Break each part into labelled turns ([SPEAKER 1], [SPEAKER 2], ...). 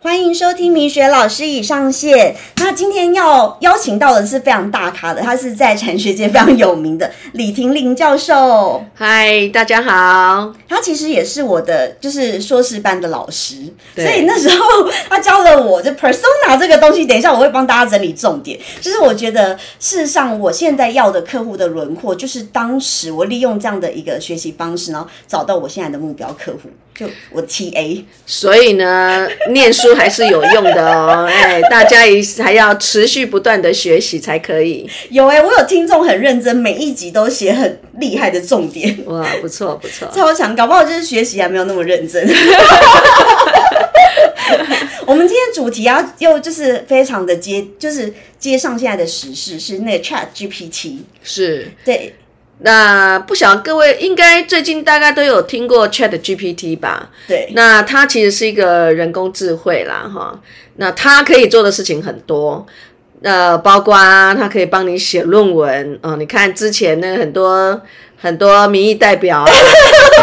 [SPEAKER 1] 欢迎收听明雪老师已上线。那今天要邀请到的是非常大咖的，他是在产学界非常有名的李婷玲教授。
[SPEAKER 2] 嗨，大家好。
[SPEAKER 1] 他其实也是我的就是硕士班的老师，所
[SPEAKER 2] 对
[SPEAKER 1] 以那时候他教了我这 persona 这个东西。等一下我会帮大家整理重点。就是我觉得，事实上我现在要的客户的轮廓，就是当时我利用这样的一个学习方式，然后找到我现在的目标客户，就我 TA。
[SPEAKER 2] 所以呢，念书还是有用的哦。哎，大家也还要持续不断的学习才可以。
[SPEAKER 1] 有哎、我有听众很认真，每一集都写很厉害的重点，
[SPEAKER 2] 哇，不错不错。
[SPEAKER 1] 超强，搞不好就是学习还没有那么认真。 我们今天主题啊，又就是非常的接，就是接上现在的时事是那个 Chat GPT，
[SPEAKER 2] 是，
[SPEAKER 1] 对，
[SPEAKER 2] 那不晓得各位应该最近大概都有听过 Chat GPT 吧？
[SPEAKER 1] 对
[SPEAKER 2] 那它其实是一个人工智慧啦，哈。那它可以做的事情很多，呃，包括它可以帮你写论文啊、呃你看之前那个很多很多民意代表、啊，那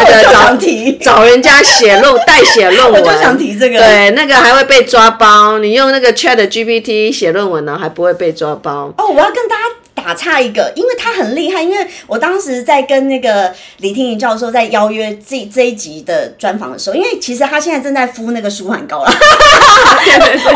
[SPEAKER 1] 我
[SPEAKER 2] 个
[SPEAKER 1] 就
[SPEAKER 2] 找
[SPEAKER 1] 想提，
[SPEAKER 2] 找人家写论代写论
[SPEAKER 1] 我
[SPEAKER 2] 文，
[SPEAKER 1] 就想提这个，
[SPEAKER 2] 对，那个还会被抓包。你用那个 Chat GPT 写论文呢，还不会被抓包。
[SPEAKER 1] 哦，我要跟大家打岔一个，因为他很厉害，因为我当时在跟那个李听颖教授在邀约这这一集的专访的时候，因为其实他现在正在敷那个舒缓膏啦，我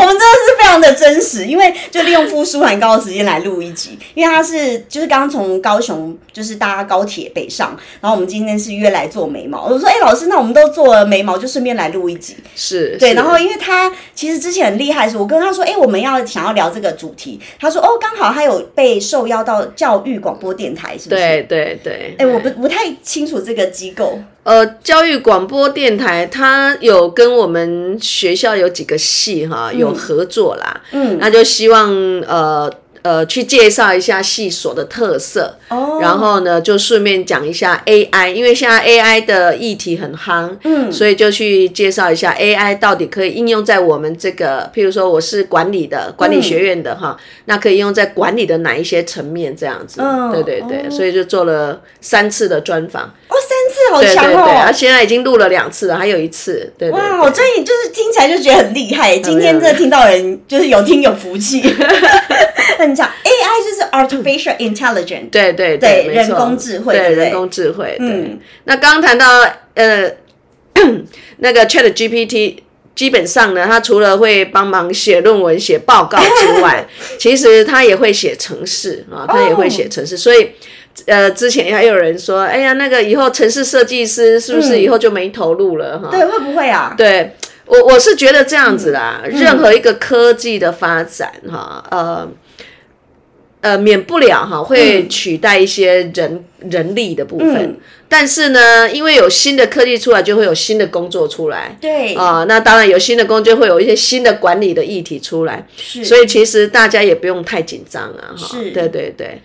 [SPEAKER 1] 们真的是非常的真实，因为就利用敷舒缓膏的时间来录一集，因为他是就是刚从高雄就是搭高铁北上，然后我们今天是约来做眉毛，我就说哎、老师，那我们都做了眉毛，就顺便来录一集，
[SPEAKER 2] 是
[SPEAKER 1] 对，
[SPEAKER 2] 是
[SPEAKER 1] 然后因为他其实之前很厉害，是我跟他说，哎、我们要想要聊这个主题，他说哦，刚好他有被受邀到教育广播电台，是不是？
[SPEAKER 2] 对对对，
[SPEAKER 1] 哎、我不不太清楚这个机构，
[SPEAKER 2] 呃，教育广播电台它有跟我们学校有几个系哈有合作啦，
[SPEAKER 1] 嗯，
[SPEAKER 2] 那就希望呃呃去介绍一下系所的特色，
[SPEAKER 1] 哦，
[SPEAKER 2] 然后呢就顺便讲一下 AI，因为现在 AI 的议题很夯，
[SPEAKER 1] 嗯
[SPEAKER 2] 所以就去介绍一下 AI 到底可以应用在我们这个，譬如说我是管理的管理学院的哈，那可以用在管理的哪一些层面这样子？
[SPEAKER 1] 嗯
[SPEAKER 2] 对对对，
[SPEAKER 1] 哦
[SPEAKER 2] 所以就做了三次的专访，
[SPEAKER 1] 哦，三次好
[SPEAKER 2] 对对
[SPEAKER 1] 强
[SPEAKER 2] 对，
[SPEAKER 1] 哦。
[SPEAKER 2] 啊，现在已经录了两次了，还有一次，对对
[SPEAKER 1] 哇，我最近就是听起来就觉得很厉害，今天
[SPEAKER 2] 没有
[SPEAKER 1] 这听到人就是有听有福气， 很强。AI 就是 artificial intelligence，
[SPEAKER 2] 对对
[SPEAKER 1] 对
[SPEAKER 2] 没错
[SPEAKER 1] 人工智慧对
[SPEAKER 2] 对
[SPEAKER 1] 不对
[SPEAKER 2] 人工智慧，对
[SPEAKER 1] 嗯。
[SPEAKER 2] 那刚谈到呃， 那个 Chat GPT。基本上呢，它除了会帮忙写论文、写报告之外，其实它也会写程式啊，它也会写程式。所以，呃，之前还有人说，哎呀，那个以后城市设计师是不是以后就没投入了哈？
[SPEAKER 1] 对，会不会啊？
[SPEAKER 2] 对我我是觉得这样子啦，任何一个科技的发展哈，呃呃，免不了哈会取代一些人、人力的部分、
[SPEAKER 1] 嗯
[SPEAKER 2] 但是呢，因为有新的科技出来，就会有新的工作出来。
[SPEAKER 1] 对，
[SPEAKER 2] 啊、那当然有新的工作，就会有一些新的管理的议题出来，
[SPEAKER 1] 是，
[SPEAKER 2] 所以其实大家也不用太紧张啊，哈
[SPEAKER 1] 是，
[SPEAKER 2] 对对对。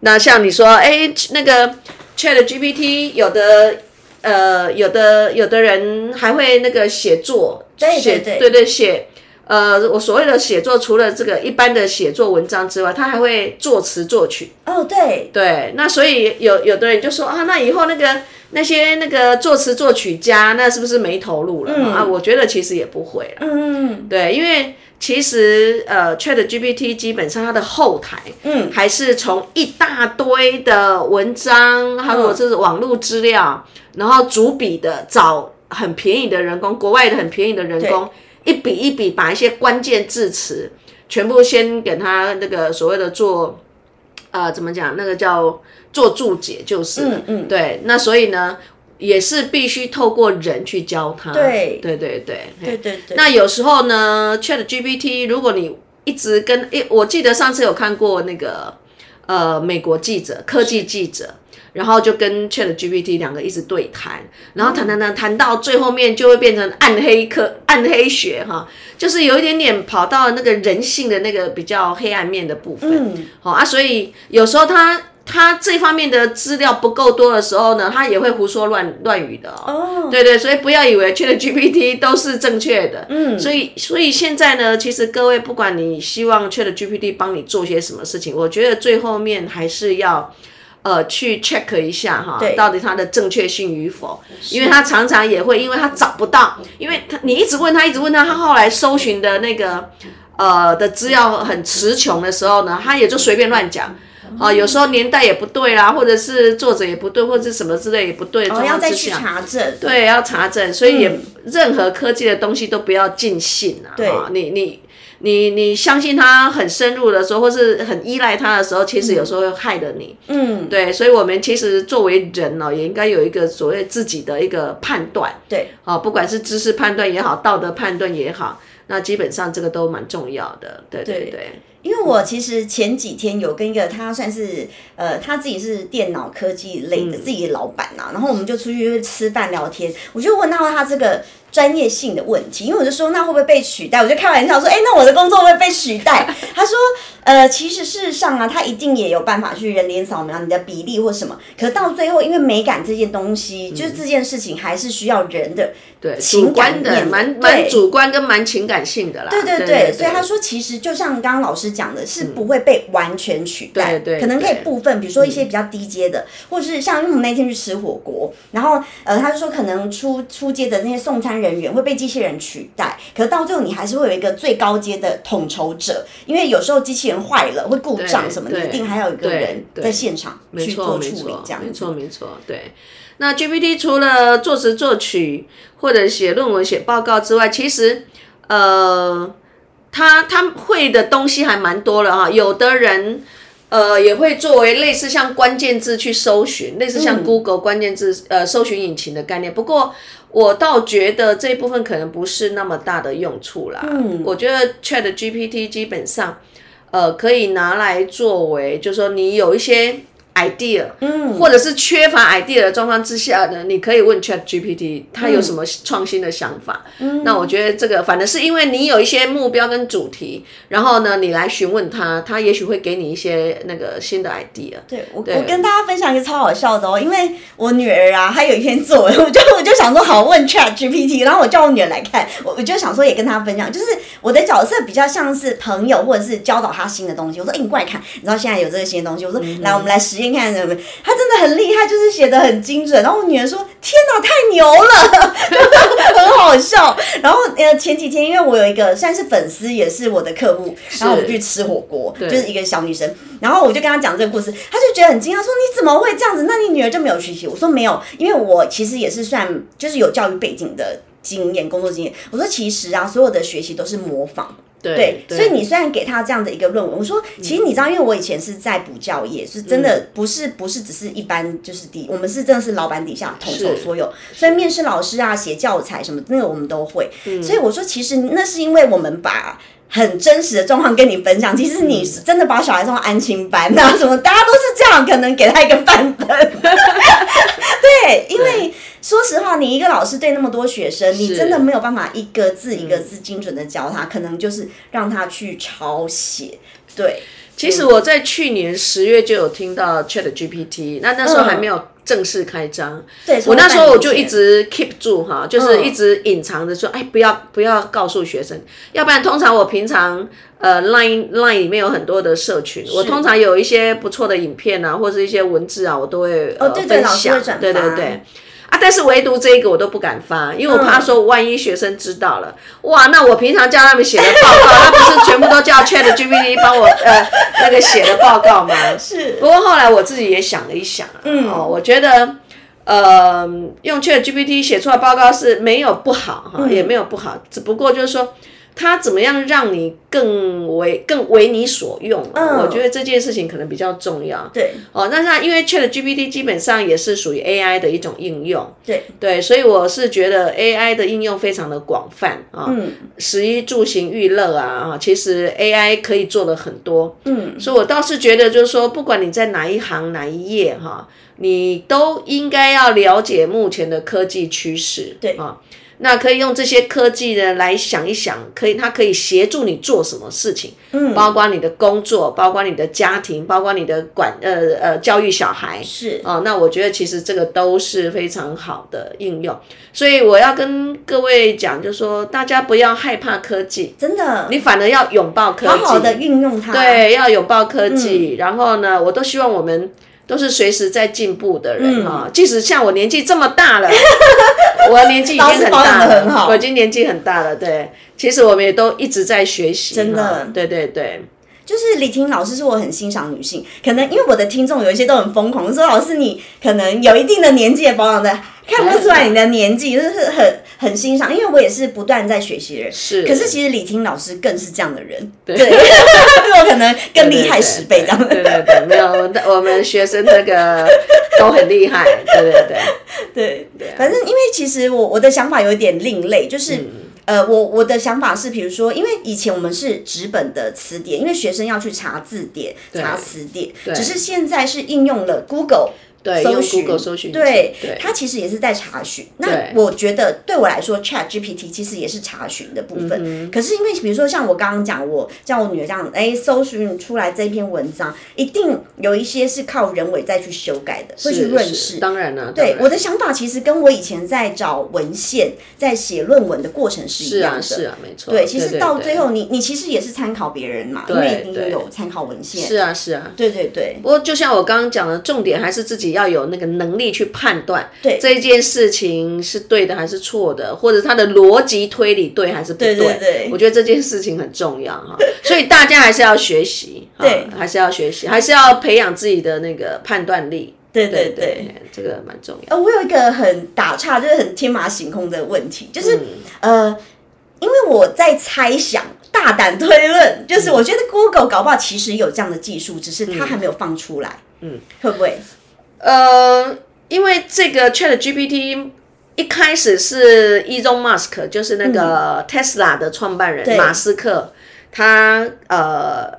[SPEAKER 2] 那像你说，哎，那个 Chat GPT 有的。呃，有的有的人还会那个写作，
[SPEAKER 1] 对对
[SPEAKER 2] 写
[SPEAKER 1] 对
[SPEAKER 2] 对对写，呃，我所谓的写作，除了这个一般的写作文章之外，他还会作词作曲。
[SPEAKER 1] 哦，对，
[SPEAKER 2] 对，那所以有有的人就说啊，那以后那个那些那个作词作曲家，那是不是没投入了、啊？我觉得其实也不会啦。
[SPEAKER 1] 嗯
[SPEAKER 2] 对，因为其实呃，Chat GPT 基本上它的后台，
[SPEAKER 1] 嗯，
[SPEAKER 2] 还是从一大堆的文章，还有这是网络资料，然后逐笔的找很便宜的人工，国外的很便宜的人工，一笔一笔把一些关键字词全部先给他那个所谓的做，呃，怎么讲？那个叫做注解，就是了
[SPEAKER 1] 嗯嗯
[SPEAKER 2] 对。那所以呢，也是必须透过人去教他，
[SPEAKER 1] 对
[SPEAKER 2] 对对对，嘿
[SPEAKER 1] 对对对，
[SPEAKER 2] 那有时候呢，Chat GPT，如果你一直跟诶，我记得上次有看过那个呃美国记者、科技记者，然后就跟 Chat GPT 两个一直对谈，然后谈谈谈谈到最后面就会变成暗黑科、暗黑学哈，就是有一点点跑到那个人性的那个比较黑暗面的部分。
[SPEAKER 1] 嗯
[SPEAKER 2] 好、啊，所以有时候他他这方面的资料不够多的时候呢，他也会胡说乱乱语的哦。
[SPEAKER 1] 哦，
[SPEAKER 2] 对对，所以不要以为 Chat GPT 都是正确的。
[SPEAKER 1] 嗯
[SPEAKER 2] 所以所以现在呢，其实各位不管你希望 Chat GPT 帮你做些什么事情，我觉得最后面还是要。呃去 check 一下哈
[SPEAKER 1] 对，
[SPEAKER 2] 到底它的正确性与否，因为他常常也会，因为他找不到，因为他你一直问他，一直问他，他后来搜寻的那个呃的资料很词穷的时候呢，他也就随便乱讲。
[SPEAKER 1] 嗯
[SPEAKER 2] 啊、有时候年代也不对啦，或者是作者也不对，或者是什么之类也不对的
[SPEAKER 1] 我
[SPEAKER 2] 状
[SPEAKER 1] 哦要
[SPEAKER 2] 况
[SPEAKER 1] 再
[SPEAKER 2] 之啊
[SPEAKER 1] 去
[SPEAKER 2] 下，
[SPEAKER 1] 查证。
[SPEAKER 2] 对，要查证，所以也任何科技的东西都不要尽信啊。
[SPEAKER 1] 嗯对
[SPEAKER 2] 啊你你你你相信它很深入的时候，或是很依赖它的时候，其实有时候会害了你。
[SPEAKER 1] 嗯，
[SPEAKER 2] 对，所以我们其实作为人呢、哦也应该有一个所谓自己的一个判断
[SPEAKER 1] 对，
[SPEAKER 2] 啊，不管是知识判断也好，道德判断也好，那基本上这个都蛮重要的。对
[SPEAKER 1] 对
[SPEAKER 2] 对对，
[SPEAKER 1] 因为我其实前几天有跟一个他算是呃他自己是电脑科技类的自己的老板呐、然后我们就出去吃饭聊天，我就问到他这个专业性的问题，因为我就说那会不会被取代？我就开玩笑说，哎、那我的工作会不会被取代？他说，呃，其实事实上啊，他一定也有办法去人脸扫描你的比例或什么，可到最后因为美感这件东西，就是这件事情还是需要人的
[SPEAKER 2] 对，
[SPEAKER 1] 情
[SPEAKER 2] 主观
[SPEAKER 1] 感
[SPEAKER 2] 的，
[SPEAKER 1] 面对
[SPEAKER 2] 蛮蛮主观跟蛮情感性的啦。对嗯
[SPEAKER 1] 对对对，所以他，说，其实就像刚刚老师讲的，是不会被完全取代，
[SPEAKER 2] 对对嗯
[SPEAKER 1] 可能可以
[SPEAKER 2] 对
[SPEAKER 1] 部分，比如说一些比较低阶的，或是像因为我们那天去吃火锅，然后呃，他就说可能出出街的那些送餐人员会被机器人取代，可到最后你还是会有一个最高阶的统筹者，因为有时候机器人坏了会故障
[SPEAKER 2] 对
[SPEAKER 1] 什么，
[SPEAKER 2] 对
[SPEAKER 1] 你一定还有一个
[SPEAKER 2] 对
[SPEAKER 1] 人
[SPEAKER 2] 对
[SPEAKER 1] 在现场
[SPEAKER 2] 没
[SPEAKER 1] 去
[SPEAKER 2] 错
[SPEAKER 1] 做
[SPEAKER 2] 没
[SPEAKER 1] 处理
[SPEAKER 2] 错，
[SPEAKER 1] 这样
[SPEAKER 2] 没
[SPEAKER 1] 子
[SPEAKER 2] 错，。没错，对。那 GPT 除了作词作曲或者写论文、写报告之外，其实呃，他他会的东西还蛮多了哈。有的人呃也会作为类似像关键字去搜寻，类
[SPEAKER 1] 嗯
[SPEAKER 2] 似像 Google 关键字、呃搜寻引擎的概念。不过我倒觉得这一部分可能不是那么大的用处啦。嗯，我觉得 Chat GPT 基本上。呃，可以拿来作为，就是说你有一些 idea，嗯，或者是缺乏 idea 的状况之下呢，你可以问 Chat GPT，它有什么创新的想法。嗯，那我觉得这个反正是因为你有一些目标跟主题，然后呢，你来询问他，他也许会给你一些那个新的 idea。
[SPEAKER 1] 对我，我跟大家分享一个超好笑的哦，因为我女儿啊，她有一篇作文， 我就我就想说好问 Chat GPT，然后我叫我女儿来看，我我就想说也跟她分享，就是我的角色比较像是朋友或者是教导她新的东西。我说，哎、你过来看，你知道现在有这个新的东西，我说、来，我们来实验看什么？她真的很厉害，就是写的很精准。然后我女儿说，天哪，太牛了， 就很好笑。然后呃，前几天因为我有一个算是粉丝，也是我的客户，然后我们去吃火锅，就是一个小女生，然后我就跟她讲这个故事，她就觉得很惊讶，说你怎么会这样子？那你女儿就没有学习？我说没有，因为我其实也是算就是有教育背景的。经验、工作经验，我说其实啊，所有的学习都是模仿，
[SPEAKER 2] 对嗯
[SPEAKER 1] 所以你虽然给他这样的一个论文，我说其实你知道，因为我以前是在补教业，是真的不是不是只是一般就是底，我们是真的是老板底下统筹
[SPEAKER 2] 是
[SPEAKER 1] 所有，所以面试老师啊、写教材什么那个我们都会。
[SPEAKER 2] 嗯
[SPEAKER 1] 所以我说，其实那是因为我们把。很真实的状况跟你分享，其实
[SPEAKER 2] 嗯
[SPEAKER 1] 你是真的把小孩送到安亲班啊，什么大家都是这样，可能给他一个半分。对，因为说实话，你一个老师对那么多学生，你真的没有办法一个字一个字精准的教
[SPEAKER 2] 嗯
[SPEAKER 1] 他，可能就是让他去抄写。对，
[SPEAKER 2] 其实我在去年十月就有听到 Chat GPT，那那时候还没有正式开张。
[SPEAKER 1] 对
[SPEAKER 2] 我那时候我就一
[SPEAKER 1] 从
[SPEAKER 2] 直 keep 住哈，就是
[SPEAKER 1] 嗯
[SPEAKER 2] 一直隐藏着说，哎，不要不要告诉学生，要不然通常我平常呃 Line Line 里面有很多的社群，我通常有一些不错的影片啊，或是一些文字啊，我都会呃
[SPEAKER 1] 哦对对
[SPEAKER 2] 分
[SPEAKER 1] 老师会
[SPEAKER 2] 享
[SPEAKER 1] 转，
[SPEAKER 2] 对对
[SPEAKER 1] 发嗯
[SPEAKER 2] 对。啊！但是唯独这一个我都不敢发，因为我怕说万一学生知道了，哇，那我平常叫他们写的报告，那不是全部都叫 Chat GPT 帮我呃那个写的报告吗？
[SPEAKER 1] 是
[SPEAKER 2] 不过后来我自己也想了一想、啊，哦，我觉得，呃，用 Chat GPT 写出来报告是没有不好哈，也没有不好，只不过就是说。它怎么样让你更为更为你所用、啊？
[SPEAKER 1] 嗯
[SPEAKER 2] 我觉得这件事情可能比较重要。
[SPEAKER 1] 对
[SPEAKER 2] 哦，那那因为 Chat GPT 基本上也是属于 AI 的一种应用，
[SPEAKER 1] 对
[SPEAKER 2] 对，所以我是觉得 AI 的应用非常的广泛啊，
[SPEAKER 1] 嗯
[SPEAKER 2] 食衣住行娱乐啊啊，其实 AI 可以做的很多，嗯，所以我倒是觉得就是说，不管你在哪一行哪一业哈、你都应该要了解目前的科技趋势，
[SPEAKER 1] 对
[SPEAKER 2] 啊。那可以用这些科技呢来想一想，可以它可以协助你做什么事情，嗯，包括你的工作，包括你的家庭，包括你的管呃呃教育小孩，
[SPEAKER 1] 是
[SPEAKER 2] 哦，那我觉得其实这个都是非常好的应用，所以我要跟各位讲，就说大家不要害怕科技，
[SPEAKER 1] 真的，
[SPEAKER 2] 你反而要拥抱科技，
[SPEAKER 1] 好好的运用它。，嗯
[SPEAKER 2] 对，要拥抱科技。然后呢，我都希望我们都是随时在进步的
[SPEAKER 1] 嗯
[SPEAKER 2] 人哈、即使像我年纪这么大了， 我年纪已经很
[SPEAKER 1] 倒是保
[SPEAKER 2] 大
[SPEAKER 1] 养得
[SPEAKER 2] 了，
[SPEAKER 1] 很好
[SPEAKER 2] 我已经年纪很大了。对，其实我们也都一直在学习，
[SPEAKER 1] 真的
[SPEAKER 2] 哈对对对。
[SPEAKER 1] 就是李婷老师是我很欣赏女性，可能因为我的听众有一些都很疯狂，说老师你可能有一定的年纪也保养的，看不出来
[SPEAKER 2] 哦
[SPEAKER 1] 你的年纪，就是很很欣赏，因为我也是不断在学习的人。
[SPEAKER 2] 是
[SPEAKER 1] 可是其实李婷老师更是这样的人，
[SPEAKER 2] 对
[SPEAKER 1] 对，比我可能更厉害十倍这样。
[SPEAKER 2] 对对对，没有，我我们学生那个都很厉 害，对对对，
[SPEAKER 1] 对，反正因为其实我我的想法有一点另类，就是。呃，我我的想法是，比如说，因为以前我们是纸本的词典，因为学生要去查字典、查词典，只是现在是应用了 Google
[SPEAKER 2] 对，
[SPEAKER 1] 搜
[SPEAKER 2] 用
[SPEAKER 1] 寻
[SPEAKER 2] Google 搜寻器，
[SPEAKER 1] 对，
[SPEAKER 2] 对，
[SPEAKER 1] 它其实也是在查询。那
[SPEAKER 2] 对
[SPEAKER 1] 我觉得对我来说，Chat GPT 其实也是查询的部分。
[SPEAKER 2] 嗯
[SPEAKER 1] 可是因为比如说像我刚刚讲，我叫我女儿这样，哎，搜寻出来这篇文章，一定有一些是靠人为再去修改的，会去
[SPEAKER 2] 是
[SPEAKER 1] 润
[SPEAKER 2] 是
[SPEAKER 1] 饰。
[SPEAKER 2] 当然了，
[SPEAKER 1] 对
[SPEAKER 2] 当然
[SPEAKER 1] 我的想法，其实跟我以前在找文献、在写论文的过程是一
[SPEAKER 2] 是
[SPEAKER 1] 样
[SPEAKER 2] 啊
[SPEAKER 1] 的。
[SPEAKER 2] 是啊，没错，
[SPEAKER 1] 对，其实到最
[SPEAKER 2] 后
[SPEAKER 1] 后你，你其实也是参考别人嘛，因
[SPEAKER 2] 对
[SPEAKER 1] 为你
[SPEAKER 2] 对
[SPEAKER 1] 有参考文献。
[SPEAKER 2] 是啊是啊。
[SPEAKER 1] 对对对，
[SPEAKER 2] 不过，就像我刚刚讲的，重点还是自己要有那个能力去判断，
[SPEAKER 1] 对
[SPEAKER 2] 这一件事情是对的还是错的，或者它的逻辑推理对还是不
[SPEAKER 1] 对对对
[SPEAKER 2] 我觉得这件事情很重要哈， 所以大家还是要学习，哈
[SPEAKER 1] 对
[SPEAKER 2] 还是要学习，还是要培养自己的那个判断力。
[SPEAKER 1] 对
[SPEAKER 2] 对
[SPEAKER 1] 对对。，
[SPEAKER 2] 这个蛮重要。
[SPEAKER 1] 呃，我有一个很打岔，就是很天马行空的问题，就是、
[SPEAKER 2] 嗯
[SPEAKER 1] 呃，因为我在猜想，大胆推论，
[SPEAKER 2] 嗯
[SPEAKER 1] 就是我觉得 Google 搞不好其实有这样的技术，只是它还没有放出来，嗯，会不会？
[SPEAKER 2] 呃，因为这个 Chat GPT 一开始是 Elon Musk，就是那个 Tesla 的创办人、
[SPEAKER 1] 嗯对
[SPEAKER 2] 马斯克，他呃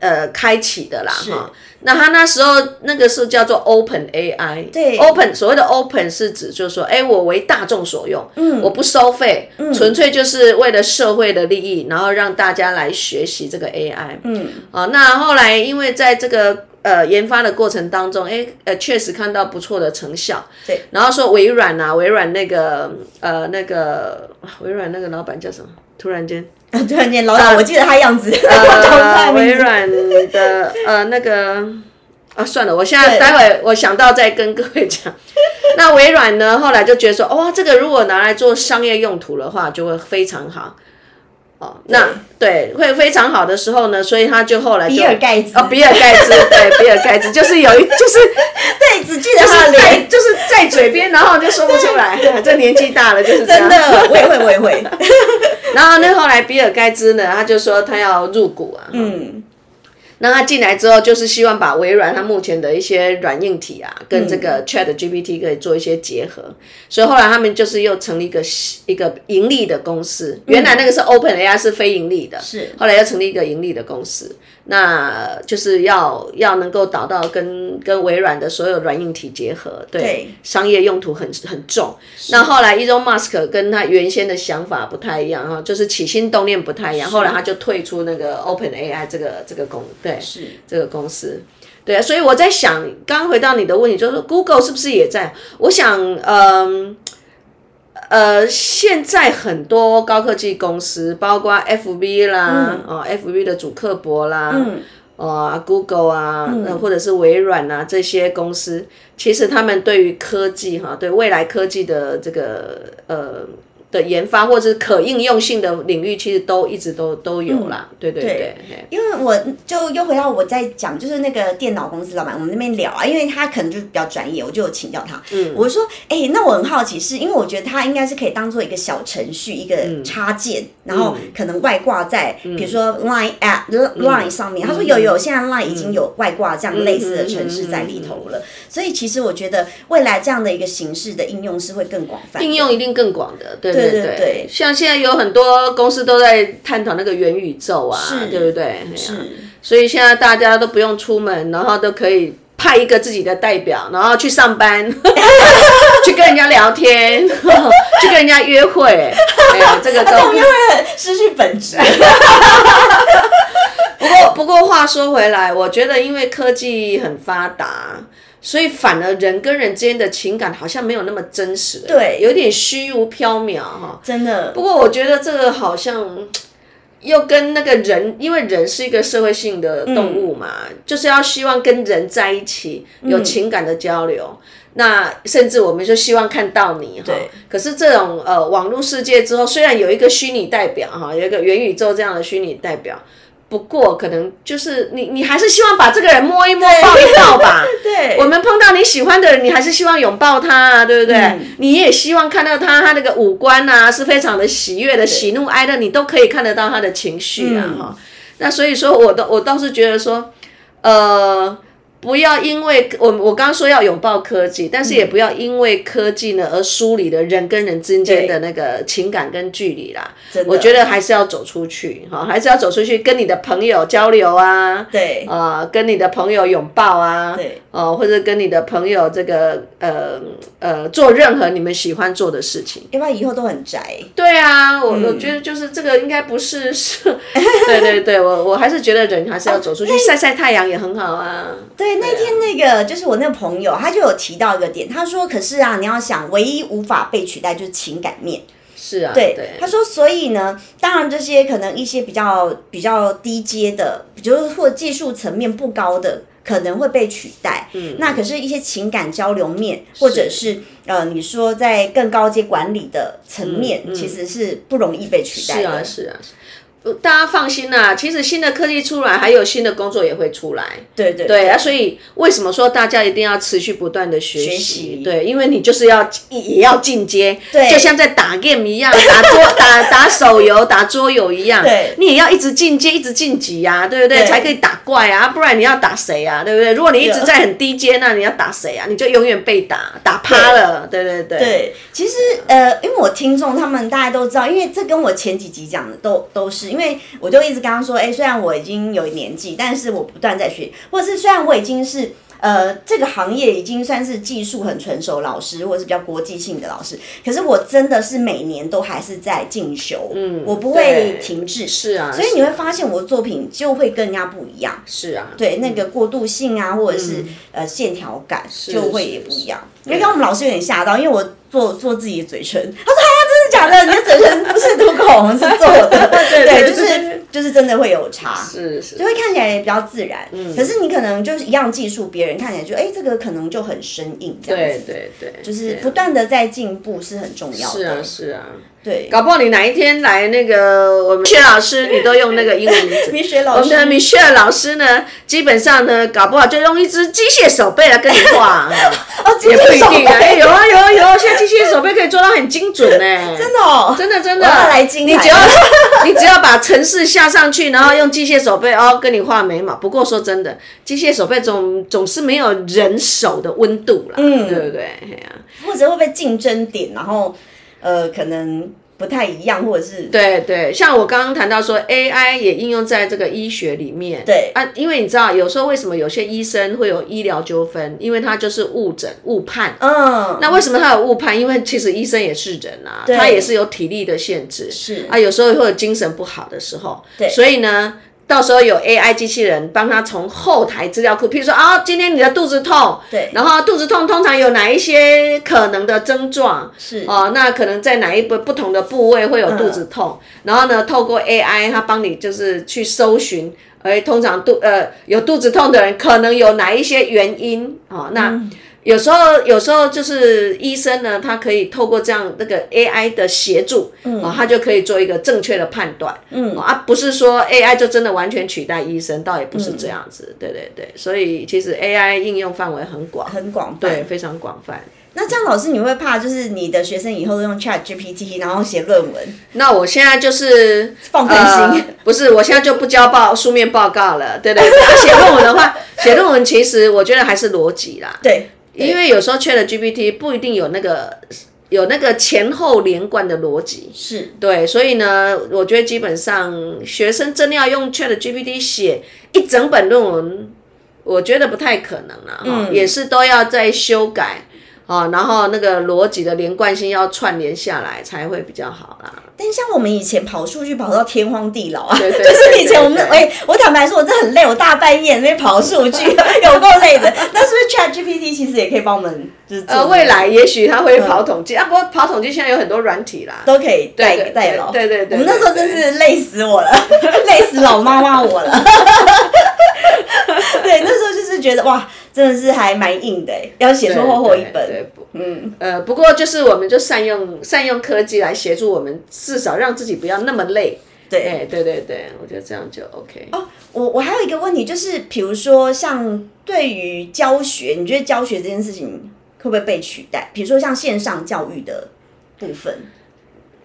[SPEAKER 2] 呃开启的啦
[SPEAKER 1] 是
[SPEAKER 2] 哈。那他那时候那个是叫做 Open AI，
[SPEAKER 1] 对
[SPEAKER 2] ，Open 所谓的 Open 是指就是说，哎，我为大众所用，嗯，我不收费，嗯，纯粹就是为了社会的利益，然后让大家来学习这个 AI，嗯，啊，那后来因为在这个呃研发的过程当中，哎，呃，确实看到不错的成效，
[SPEAKER 1] 对，
[SPEAKER 2] 然后说微软啊，微软那个呃那个微软那个老板叫什么？突然间，
[SPEAKER 1] 突然间，老老，我记得他样子，我找不到他的名
[SPEAKER 2] 呃，啊微
[SPEAKER 1] 字
[SPEAKER 2] 软的呃那个啊，算了，我现在
[SPEAKER 1] 对
[SPEAKER 2] 待会我想到再跟各位讲。那微软呢，后来就觉得说，哦哇、这个如果拿来做商业用途的话，就会非常好。哦，那对会非常好的时候呢，所以他就后来就
[SPEAKER 1] 比尔盖茨
[SPEAKER 2] 哦，比尔盖茨，对，比尔盖茨就是有一就是
[SPEAKER 1] 对，只记得 他
[SPEAKER 2] 就是
[SPEAKER 1] 的
[SPEAKER 2] 在
[SPEAKER 1] 脸，
[SPEAKER 2] 就是在嘴边，然后就说不出来，这年纪大了就是这 样
[SPEAKER 1] 真的，我也会，我也会，
[SPEAKER 2] 然后呢，后来比尔盖茨呢，他就说他要入股啊。
[SPEAKER 1] 嗯，
[SPEAKER 2] 那他进来之后，就是希望把微软它目前的一些软硬体啊，
[SPEAKER 1] 嗯
[SPEAKER 2] 跟这个 Chat GPT 可以做一些结合。所以后来他们就是又成立一个一个盈利的公司，原来那个是 Open AI 是非盈利的，
[SPEAKER 1] 嗯是
[SPEAKER 2] 后来又成立一个盈利的公司，那就是要要能够达到跟跟微软的所有软硬体结合，对
[SPEAKER 1] 对
[SPEAKER 2] 商业用途很很重。那后来 Elon Musk 跟他原先的想法不太一样哈，就是起心动念不太一样，后来他就退出那个 Open AI 这个这个公 对
[SPEAKER 1] 是
[SPEAKER 2] 这个公司。对啊，所以我在想，刚刚回到你的问题，就是 Google 是不是也在？我想，嗯、呃，现在很多高科技公司，包括 FB 啦，哦，FB 的主克伯啦，
[SPEAKER 1] 嗯
[SPEAKER 2] 哦、g o o g l e 啊，呃或者是微软啊这些公司，其实他们对于科技哈，对未来科技的这个呃的研发或者是可应用性的领域，其实都一直都都有啦，
[SPEAKER 1] 嗯
[SPEAKER 2] 对对对，嘿
[SPEAKER 1] 因为我就又回到我在讲，就是那个电脑公司老板，我们那边聊啊，因为他可能就是比较专业，我就有请教他。嗯，我说，哎、那我很好奇是，因为我觉得他应该是可以当做一个小程序，一个插件，然后可能外挂在，比如说 Line App、Line 上面。他说有有，现在 Line 已经有外挂这样类似的程式在里头了。所以其实我觉得未来这样的一个形式的应用是会更广泛的。
[SPEAKER 2] 应用一定更广的，对
[SPEAKER 1] 对
[SPEAKER 2] 对
[SPEAKER 1] 对对
[SPEAKER 2] 像现在有很多公司都在探讨那个元宇宙啊，
[SPEAKER 1] 是
[SPEAKER 2] 对不对？哎呀
[SPEAKER 1] 是
[SPEAKER 2] 所以现在大家都不用出门，然后都可以派一个自己的代表，然后去上班， 去跟人家聊天，去跟人家约会，哎呀，这个都。
[SPEAKER 1] 失去本质。
[SPEAKER 2] 不过，不过话说回来，我觉得因为科技很发达，所以反而人跟人之间的情感好像没有那么真实，
[SPEAKER 1] 对
[SPEAKER 2] 有点虚无缥缈哈。
[SPEAKER 1] 真的
[SPEAKER 2] 不过我觉得这个好像，又跟那个人，因为人是一个社会性的动物嘛，就是要希望跟人在一起有情感的交流。那甚至我们就希望看到你哈
[SPEAKER 1] 对，
[SPEAKER 2] 可是这种呃网络世界之后，虽然有一个虚拟代表哈，有一个元宇宙这样的虚拟代表，不过可能就是你你还是希望把这个人摸一摸、抱一抱吧。
[SPEAKER 1] 对
[SPEAKER 2] 我们碰到你喜欢的人，你还是希望拥抱他啊，对不对？
[SPEAKER 1] 嗯
[SPEAKER 2] 你也希望看到他他那个五官啊，是非常的喜悦的，喜怒哀乐，你都可以看得到他的情绪啊，
[SPEAKER 1] 嗯
[SPEAKER 2] 哈、那所以说，我倒我倒是觉得说，呃，不要因为我我刚刚说要拥抱科技，但是也不要因为科技呢而疏离了人跟人之间的那个情感跟距离啦。
[SPEAKER 1] 真的
[SPEAKER 2] 我觉得还是要走出去，哈，还是要走出去跟你的朋友交流啊，
[SPEAKER 1] 对
[SPEAKER 2] 呃，跟你的朋友拥抱啊，
[SPEAKER 1] 对，
[SPEAKER 2] 呃，或者跟你的朋友这个呃呃做任何你们喜欢做的事情。
[SPEAKER 1] 要不然以后都很宅。
[SPEAKER 2] 对啊，我、我觉得就是这个应该不是 是，对对对，我我还是觉得人还是要走出去、 晒晒太阳也很好啊。
[SPEAKER 1] 对，那天那个就是我那个朋友，他就有提到一个点，他说：“可是啊，你要想，唯一无法被取代就是情感面。”
[SPEAKER 2] 是啊，
[SPEAKER 1] 对，
[SPEAKER 2] 对，
[SPEAKER 1] 他说，所以呢，当然这些可能一些比较比较低阶的，就是或技术层面不高的，可能会被取代。嗯，那可是一些情感交流面，或者是呃，你说在更高阶管理的层面，其实是不容易被取代
[SPEAKER 2] 嗯是啊
[SPEAKER 1] 的。
[SPEAKER 2] 是啊。是呃大家放心啦、其实新的科技出来，还有新的工作也会出来。
[SPEAKER 1] 对对
[SPEAKER 2] 对啊，所以为什么说大家一定要持续不断的学习？
[SPEAKER 1] 学习
[SPEAKER 2] 对，因为你就是要也也要进阶，
[SPEAKER 1] 对
[SPEAKER 2] 就像在打 game 一样，打桌 打打手游、打桌游一样，
[SPEAKER 1] 对
[SPEAKER 2] 你也要一直进阶，一直晋级呀、啊，对不对？
[SPEAKER 1] 对
[SPEAKER 2] 才可以打怪啊，不然你要打谁啊？对不对？如果你一直在很低阶，那你要打谁啊？你就永远被打打趴了，对对对。
[SPEAKER 1] 对，其实呃，因为我听众他们大家都知道，因为这跟我前几集讲的都都是，因为我就一直跟他说，哎、虽然我已经有年纪，但是我不断在学，或者是虽然我已经是。呃，这个行业已经算是技术很成熟的老师，或者是比较国际性的老师。可是我真的是每年都还是在进修，嗯我不会
[SPEAKER 2] 对
[SPEAKER 1] 停滞。
[SPEAKER 2] 是啊，
[SPEAKER 1] 所以你会发现我的作品就会跟人家不一样，
[SPEAKER 2] 是啊，
[SPEAKER 1] 对那个过渡性啊，或者是、呃线条感，就会
[SPEAKER 2] 嗯是
[SPEAKER 1] 也不
[SPEAKER 2] 是
[SPEAKER 1] 一样。因为刚刚我们老师有点吓到，因为我做做自己的嘴唇，他说：“啊，真的假的？你的嘴 唇不是涂口红，是做的。”
[SPEAKER 2] 对
[SPEAKER 1] 对，
[SPEAKER 2] 对
[SPEAKER 1] 就
[SPEAKER 2] 对
[SPEAKER 1] 是就是真的会有差。
[SPEAKER 2] 是嗯是
[SPEAKER 1] 就。会看起来也比较自然，可是你可能就是一样技术，别人看起来就哎、这个可能就很生硬这样
[SPEAKER 2] 对
[SPEAKER 1] 子，
[SPEAKER 2] 对对，
[SPEAKER 1] 就
[SPEAKER 2] 就
[SPEAKER 1] 是不断的在进步是很重要的。
[SPEAKER 2] 是啊是啊，
[SPEAKER 1] 对，
[SPEAKER 2] 搞不好你哪一天来那个我们薛老师，你都用那个英文名字。
[SPEAKER 1] 米雪
[SPEAKER 2] 我
[SPEAKER 1] 老
[SPEAKER 2] 们的
[SPEAKER 1] 师，
[SPEAKER 2] 米歇尔老师呢，基本上呢，搞不好就用一只机械手背来跟你画，
[SPEAKER 1] 哦，今
[SPEAKER 2] 也不
[SPEAKER 1] 天
[SPEAKER 2] 一
[SPEAKER 1] 手
[SPEAKER 2] 定啊。哎有啊有啊有啊，现在机械手背可以做到很精准呢、
[SPEAKER 1] 真的哦，
[SPEAKER 2] 真的真
[SPEAKER 1] 我要
[SPEAKER 2] 的，
[SPEAKER 1] 来金
[SPEAKER 2] 你
[SPEAKER 1] 牌
[SPEAKER 2] 只要 你只要把城市下上去，然后用机械手背哦跟你画眉毛。不过说真的，机械手背总总是没有人手的温度啦，
[SPEAKER 1] 嗯
[SPEAKER 2] 对不对？哎呀、
[SPEAKER 1] 或者会不会竞争点，然后呃，可能不太一样，或者是
[SPEAKER 2] 对对，像我刚刚谈到说，AI 也应用在这个医学里面。
[SPEAKER 1] 对
[SPEAKER 2] 啊，因为你知道，有时候为什么有些医生会有医疗纠纷，因为他就是误诊误判。
[SPEAKER 1] 嗯，
[SPEAKER 2] 那为什么他有误判？因为其实医生也是人啊，
[SPEAKER 1] 对
[SPEAKER 2] 他也是有体力的限制，
[SPEAKER 1] 是
[SPEAKER 2] 啊，有时候会有精神不好的时候。
[SPEAKER 1] 对
[SPEAKER 2] 所以呢，到时候有 AI 机器人帮他从后台资料库，譬如说啊、今天你的肚子痛，
[SPEAKER 1] 对
[SPEAKER 2] 然后肚子痛通常有哪一些可能的症状？
[SPEAKER 1] 是
[SPEAKER 2] 哦，那可能在哪一部不同的部位会有肚子
[SPEAKER 1] 嗯
[SPEAKER 2] 痛，然后呢，透过 AI 它帮你就是去搜寻，哎，通常肚呃有肚子痛的人可能有哪一些原因哦，那。
[SPEAKER 1] 嗯
[SPEAKER 2] 有时候，有时候就是医生呢，他可以透过这样那个 AI 的协助，
[SPEAKER 1] 嗯
[SPEAKER 2] 哦，他就可以做一个正确的判断，嗯、啊，不是说 AI 就真的完全取代医生，倒也不是这样
[SPEAKER 1] 嗯
[SPEAKER 2] 子，对对对，所以其实 AI 应用范围很广，
[SPEAKER 1] 很广泛。
[SPEAKER 2] 对，非常广泛。
[SPEAKER 1] 那这样老师你会怕，就是你的学生以后都用 Chat GPT，然后写论文，
[SPEAKER 2] 那我现在就是
[SPEAKER 1] 放宽心
[SPEAKER 2] 呃不是，我现在就不交报书面报告了，对对对。啊写论文的话，写论文其实我觉得还是逻辑啦，
[SPEAKER 1] 对，
[SPEAKER 2] 因为有时候 Chat GPT 不一定有那个有那个前后连贯的逻辑。
[SPEAKER 1] 是
[SPEAKER 2] 对，所以呢，我觉得基本上学生真的要用 Chat GPT 写一整本论文，我觉得不太可能了哈，也是都要再修改。哦，然后那个逻辑的连贯性要串联下来才会比较好啦。
[SPEAKER 1] 但像我们以前跑数据跑到天荒地老啊，
[SPEAKER 2] 对 对
[SPEAKER 1] 就是
[SPEAKER 2] 对
[SPEAKER 1] 以前我们
[SPEAKER 2] 对对
[SPEAKER 1] 哎、我坦白说，我真的很累，我大半夜在那边跑数据， 有够累的。那是不是 ChatGPT 其实也可以帮我们就是做
[SPEAKER 2] 呃，未来也许他会跑统计啊，不过跑统计现在有很多软体啦。
[SPEAKER 1] 都可以代
[SPEAKER 2] 对对
[SPEAKER 1] 代劳？
[SPEAKER 2] 对对对对
[SPEAKER 1] 我们那时候真是累死我了， 累死老妈妈我了。 对，那时候就是觉得哇，真的是还蛮硬的欸，要写出厚厚一
[SPEAKER 2] 对对
[SPEAKER 1] 本。
[SPEAKER 2] 不
[SPEAKER 1] 嗯，
[SPEAKER 2] 呃，不过就是我们就善用善用科技来协助我们，至少让自己不要那么累。
[SPEAKER 1] 对。
[SPEAKER 2] 哎，对对对，我觉得这样就 OK。
[SPEAKER 1] 哦，我我还有一个问题，就是比如说像对于教学，你觉得教学这件事情会不会被取代？比如说像线上教育的部分，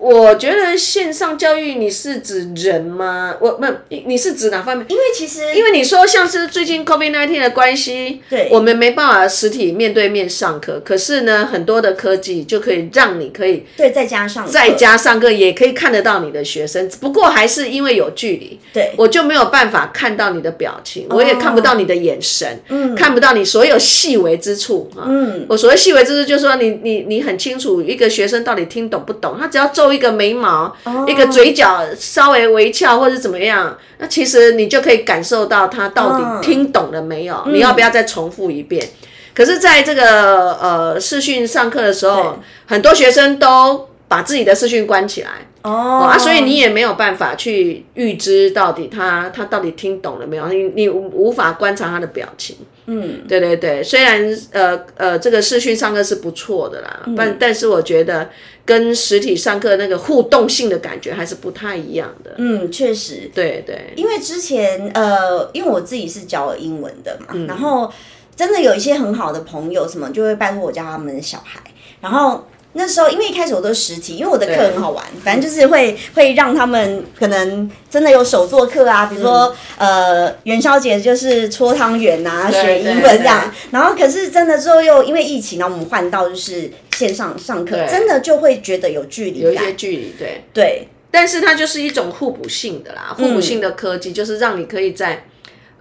[SPEAKER 2] 我觉得线上教育你是指人吗？我不，你你是指哪方面？
[SPEAKER 1] 因为其实
[SPEAKER 2] 因为你说像是最近 COVID nineteen 的关系，
[SPEAKER 1] 对
[SPEAKER 2] 我们没办法实体面对面上课，可是呢，很多的科技就可以让你可以
[SPEAKER 1] 对，再加上
[SPEAKER 2] 在家上课，也可以看得到你的学生。不过还是因为有距离，
[SPEAKER 1] 对哦
[SPEAKER 2] 我就没有办法看到你的表情，我也看不到你的眼神，
[SPEAKER 1] 嗯
[SPEAKER 2] 看不到你所有细微之处啊。
[SPEAKER 1] 嗯
[SPEAKER 2] 我所谓细微之处，就是说你你你很清楚一个学生到底听懂不懂，他只要皱一个眉毛，
[SPEAKER 1] 哦
[SPEAKER 2] 一个嘴角稍微微翘或者怎么样，那其实你就可以感受到他到
[SPEAKER 1] 嗯
[SPEAKER 2] 底听懂了没有，你要不要再重复一遍？可是，在这个呃视讯上课的时
[SPEAKER 1] 对
[SPEAKER 2] 候，很多学生都把自己的视讯关起来，
[SPEAKER 1] 哦
[SPEAKER 2] 啊，所以你也没有办法去预知到底他他到底听懂了没有，你你无无法观察他的表情。
[SPEAKER 1] 嗯
[SPEAKER 2] 对对对，虽然呃呃这个视讯上课是不错的啦，
[SPEAKER 1] 嗯
[SPEAKER 2] 但、但是我觉得跟实体上课那个互动性的感觉还是不太一样的。
[SPEAKER 1] 嗯，确实，
[SPEAKER 2] 对对，
[SPEAKER 1] 因为之前呃，因为我自己是教英文的嘛，
[SPEAKER 2] 嗯
[SPEAKER 1] 然后真的有一些很好的朋友，什么就会拜托我教他们的小孩，然后。那时候，因为一开始我都实体，因为我的课
[SPEAKER 2] 对
[SPEAKER 1] 很好玩，反正就是会会让他们可能真的有手作课啊，比如说、呃元宵节就是搓汤圆啊，
[SPEAKER 2] 嗯对
[SPEAKER 1] 学英
[SPEAKER 2] 对
[SPEAKER 1] 文这样。然后可是真的之后又因为疫情，然后我们换到就是线上上课，
[SPEAKER 2] 对
[SPEAKER 1] 真的就会觉得有距
[SPEAKER 2] 有
[SPEAKER 1] 离
[SPEAKER 2] 一
[SPEAKER 1] 感
[SPEAKER 2] 些。距离，对，
[SPEAKER 1] 对，
[SPEAKER 2] 但是它就是一种互补性的啦，
[SPEAKER 1] 嗯
[SPEAKER 2] 互补性的科技、就是让你可以在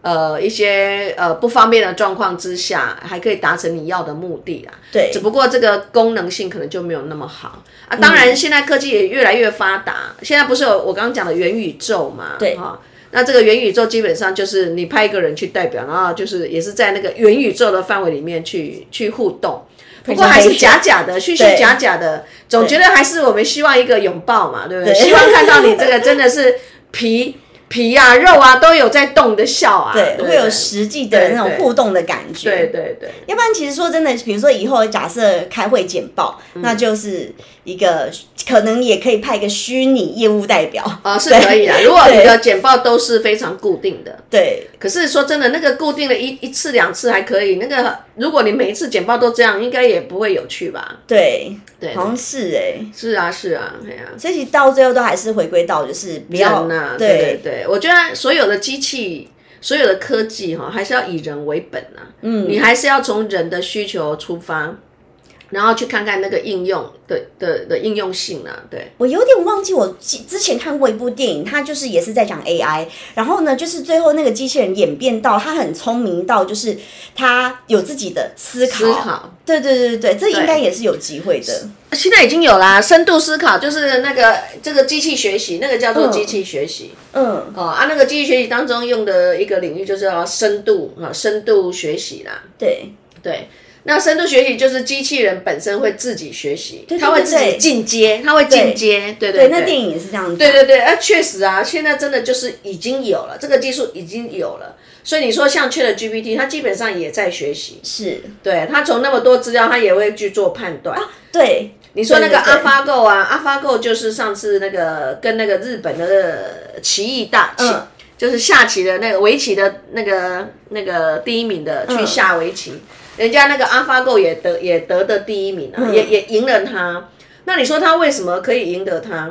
[SPEAKER 2] 呃一些呃不方便的状况之下，还可以达成你要的目的啦。
[SPEAKER 1] 对
[SPEAKER 2] 只不过这个功能性可能就没有那么好啊。当然，现在科技也越来越发达，现在不是有我刚刚讲的元宇宙嘛？
[SPEAKER 1] 对
[SPEAKER 2] 哈、那这个元宇宙基本上就是你派一个人去代表，然后就是也是在那个元宇宙的范围里面去去互动，不过还是假假的，虚虚
[SPEAKER 1] 对
[SPEAKER 2] 假假的，总觉得还是我们希望一个拥抱嘛，对不对？
[SPEAKER 1] 对
[SPEAKER 2] 希望看到你这个真的是皮皮啊、肉啊都有在动的笑啊，对
[SPEAKER 1] 对，
[SPEAKER 2] 不对，
[SPEAKER 1] 会有实际的那种
[SPEAKER 2] 对对
[SPEAKER 1] 互动的感觉。
[SPEAKER 2] 对对对。
[SPEAKER 1] 要不然，其实说真的，比如说以后假设开会简报，
[SPEAKER 2] 嗯
[SPEAKER 1] 那就是一个可能也可以派一个虚拟业务代表
[SPEAKER 2] 啊、是
[SPEAKER 1] 对
[SPEAKER 2] 可以啊。如果你
[SPEAKER 1] 对
[SPEAKER 2] 的简报都是非常固定的，
[SPEAKER 1] 对
[SPEAKER 2] 可是说真的，那个固定的一一次两次还可以。那个如果你每一次简报都这样，应该也不会有趣吧？
[SPEAKER 1] 对
[SPEAKER 2] 对
[SPEAKER 1] 好像是哎、
[SPEAKER 2] 是啊，是啊，哎呀、
[SPEAKER 1] 所以其实到最后都还是回归到就是不要
[SPEAKER 2] 人呐、对对
[SPEAKER 1] 对
[SPEAKER 2] 对，我觉得所有的机器。所有的科技哈、还是要以人为本啊。嗯，你还是要从人的需求出发，然后去看看那个应用的的的应用性啊。对，
[SPEAKER 1] 我有点忘记我之之前看过一部电影，它就是也是在讲 AI，然后呢，就是最后那个机器人演变到它很聪明到就是它有自己的思考，
[SPEAKER 2] 思考
[SPEAKER 1] 对对对对，这应该也是有机会的。
[SPEAKER 2] 现在已经有啦，深度思考就是那个这个机器学习，那个叫做机器学习。
[SPEAKER 1] 嗯，
[SPEAKER 2] 哦啊，那个机器学习当中用的一个领域就是要深度啊，深度学习啦。
[SPEAKER 1] 对
[SPEAKER 2] 对，那深度学习就是机器人本身会自己学习，
[SPEAKER 1] 对对
[SPEAKER 2] 它会自己进阶，它会进阶，对
[SPEAKER 1] 对，
[SPEAKER 2] 对
[SPEAKER 1] 那电
[SPEAKER 2] 对。
[SPEAKER 1] 影也是这样子。
[SPEAKER 2] 对对对，啊，确实啊，现在真的就是已经有了这个技术，已经有了。所以你说像 Chat GPT，它基本上也在学习，
[SPEAKER 1] 是，
[SPEAKER 2] 对它从那么多资料，它也会去做判断。
[SPEAKER 1] 对，
[SPEAKER 2] 你说那个
[SPEAKER 1] 对对对
[SPEAKER 2] AlphaGo 啊，AlphaGo 就是上次那个跟那个日本的呃棋艺大棋，
[SPEAKER 1] 嗯
[SPEAKER 2] 就是下棋的那个围棋的那个那个第一名的
[SPEAKER 1] 嗯
[SPEAKER 2] 去下围棋，人家那个 AlphaGo 也得也得的第一名
[SPEAKER 1] 嗯
[SPEAKER 2] 啊，也也赢了他。那你说他为什么可以赢得他？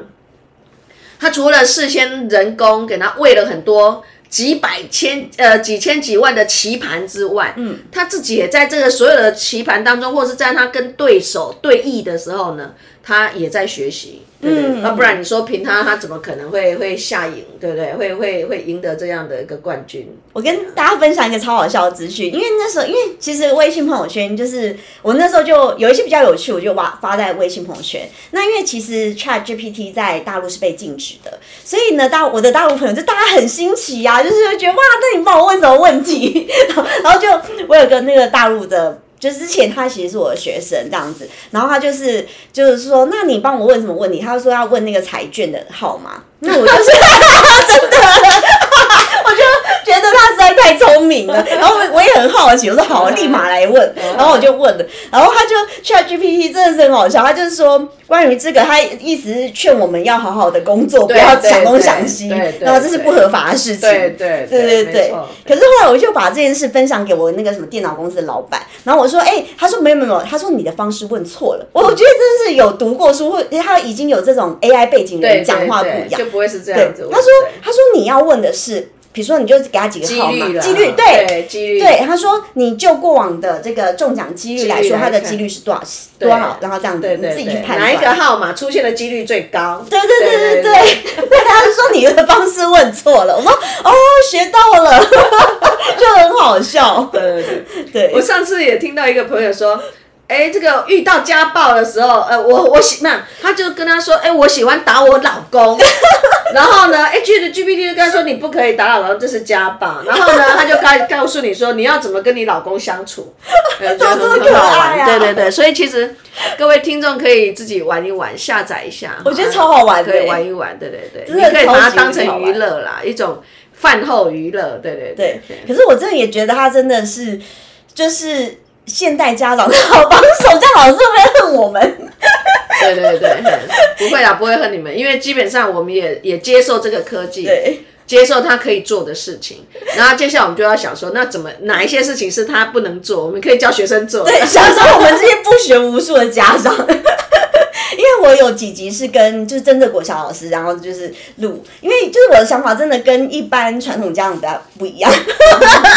[SPEAKER 2] 他除了事先人工给他喂了很多几百千呃几千几万的棋盘之外，嗯，他自己也在这个所有的棋盘当中，或是在他跟对手对弈的时候呢，他也在学习，对不对？要、啊不然你说凭他，他怎么可能会会下赢，对不对？会会会赢得这样的一个冠军？
[SPEAKER 1] 我跟大家分享一个超好笑的资讯，因为那时候，因为其实微信朋友圈就是我那时候就有一些比较有趣，我就把发在微信朋友圈。那因为其实 Chat GPT 在大陆是被禁止的，所以呢，大我的大陆朋友就大家很新奇呀、就是会觉得哇，那你帮我问什么问题？然后然后就我有个那个大陆的。就是之前他其实是我的学生这样子，然后他就是就是说，那你帮我问什么问题？他就说要问那个彩券的号码，那我就是 真的，我就觉得他实在太聪明了，然后我我也很好奇，我说好，立马来问，
[SPEAKER 2] 嗯
[SPEAKER 1] 然后我就问了，然后他就 Chat GPT 真的是很好笑，他就是说关于这个，他意思是劝我们要好好的工作，不
[SPEAKER 2] 对
[SPEAKER 1] 要
[SPEAKER 2] 对
[SPEAKER 1] 想东
[SPEAKER 2] 对
[SPEAKER 1] 想西
[SPEAKER 2] 对，对
[SPEAKER 1] 然后这是
[SPEAKER 2] 对
[SPEAKER 1] 不合法的事情，
[SPEAKER 2] 对
[SPEAKER 1] 对对
[SPEAKER 2] 没
[SPEAKER 1] 对
[SPEAKER 2] 错。
[SPEAKER 1] 可是后来我就把这件事分享给我那个什么电脑公司的老板，然后我说：“哎、他说没有没有没有，他说你的方式问错了。”哦我我觉得真的是有读过书，或他已经有这种 AI 背景的
[SPEAKER 2] 对
[SPEAKER 1] 人讲话不
[SPEAKER 2] 对
[SPEAKER 1] 一样。
[SPEAKER 2] 就不会是这
[SPEAKER 1] 对
[SPEAKER 2] 样子。，
[SPEAKER 1] 他说他说你要问的是，比如说你就给他几个
[SPEAKER 2] 几
[SPEAKER 1] 号
[SPEAKER 2] 率
[SPEAKER 1] 码，
[SPEAKER 2] 啦
[SPEAKER 1] 几率对。
[SPEAKER 2] 对几率
[SPEAKER 1] 对，他说你就过往的这个中奖几率来
[SPEAKER 2] 几率
[SPEAKER 1] 说，
[SPEAKER 2] 来
[SPEAKER 1] 它的
[SPEAKER 2] 看
[SPEAKER 1] 几率是多少多少，然后这样子
[SPEAKER 2] 对
[SPEAKER 1] 你
[SPEAKER 2] 对
[SPEAKER 1] 自己去
[SPEAKER 2] 对，
[SPEAKER 1] 判断。
[SPEAKER 2] 哪一个号码出现的几率最高？
[SPEAKER 1] 对对对对对，对， 他就说你的方式问错了，我说哦学到了， 就很好笑。
[SPEAKER 2] 对对对。
[SPEAKER 1] 对
[SPEAKER 2] 我，上次也听到一个朋友说。哎，这个遇到家暴的时候，呃，我我喜那他就跟他说，哎，我喜欢打我老 公，然后呢哎，G 的 GPT 就跟他说你不可以打老公，这是家暴。然后呢，他就告告诉你说你要怎么跟你老公相 处，呃觉得
[SPEAKER 1] 这么
[SPEAKER 2] 很
[SPEAKER 1] 可
[SPEAKER 2] 好
[SPEAKER 1] 爱
[SPEAKER 2] 玩。
[SPEAKER 1] 啊
[SPEAKER 2] 对对对，所以其实各位听众可以自己玩一玩，下载一下，
[SPEAKER 1] 我觉得超好玩的
[SPEAKER 2] 可以玩一玩，对对对，
[SPEAKER 1] 真
[SPEAKER 2] 你
[SPEAKER 1] 的
[SPEAKER 2] 可以把
[SPEAKER 1] 超
[SPEAKER 2] 它
[SPEAKER 1] 级
[SPEAKER 2] 当成
[SPEAKER 1] 好玩
[SPEAKER 2] 娱乐啦，一种饭后娱乐，对对
[SPEAKER 1] 对，可是我真的也觉得他真的是，就是现代家长的好帮手，这样老师会恨我们。
[SPEAKER 2] 对对对，对不会啦，不会恨你们，因为基本上我们也也接受这个科技，
[SPEAKER 1] 对，
[SPEAKER 2] 接受他可以做的事情，然后接下来我们就要想说，那怎么哪一些事情是他不能做，我们可以教学生 做。
[SPEAKER 1] 对，小时候我们这些不学无术的家长。因为我有几集是跟就是真的国小老师，然后就是录，因为就是我的想法真的跟一般传统家长比较不一样，
[SPEAKER 2] 嗯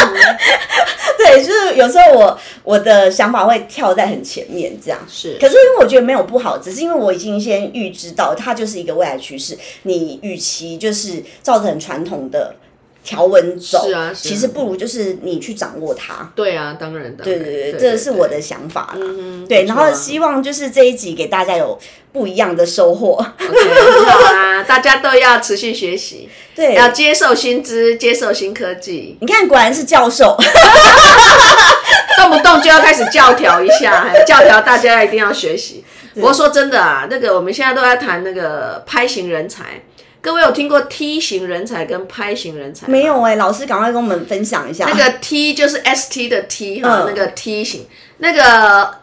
[SPEAKER 1] 对，就是有时候我我的想法会跳在很前面这样，
[SPEAKER 2] 是
[SPEAKER 1] 可是因为我觉得没有不好，只是因为我已经先预知到它就是一个未来趋势。你与其就是照着很传统的条文走，
[SPEAKER 2] 是啊是啊
[SPEAKER 1] 其实不如就是你去掌握它。
[SPEAKER 2] 对啊，当然的。
[SPEAKER 1] 对对对，呃这是我的想法啦。
[SPEAKER 2] 嗯
[SPEAKER 1] 对，
[SPEAKER 2] 不
[SPEAKER 1] 然
[SPEAKER 2] 错啊
[SPEAKER 1] 后希望就是这一集给大家有不一样的收 获。
[SPEAKER 2] OK，很好啦，大家都要持续学习，
[SPEAKER 1] 对，
[SPEAKER 2] 要接受新知，接受新科技，
[SPEAKER 1] 你看，果然是教 授。
[SPEAKER 2] 动不动就要开始教条一下， 嘿教条大家一定要学习。不过说真的啊，那个我们现在都在谈那个拍型人才，各位有听过 T 型人才跟拍型人才吗
[SPEAKER 1] 没？有哎、老师赶快跟我们分享一下。
[SPEAKER 2] 那个 T 就是 ST 的 T 哈、
[SPEAKER 1] 嗯
[SPEAKER 2] 那个 T 型，那个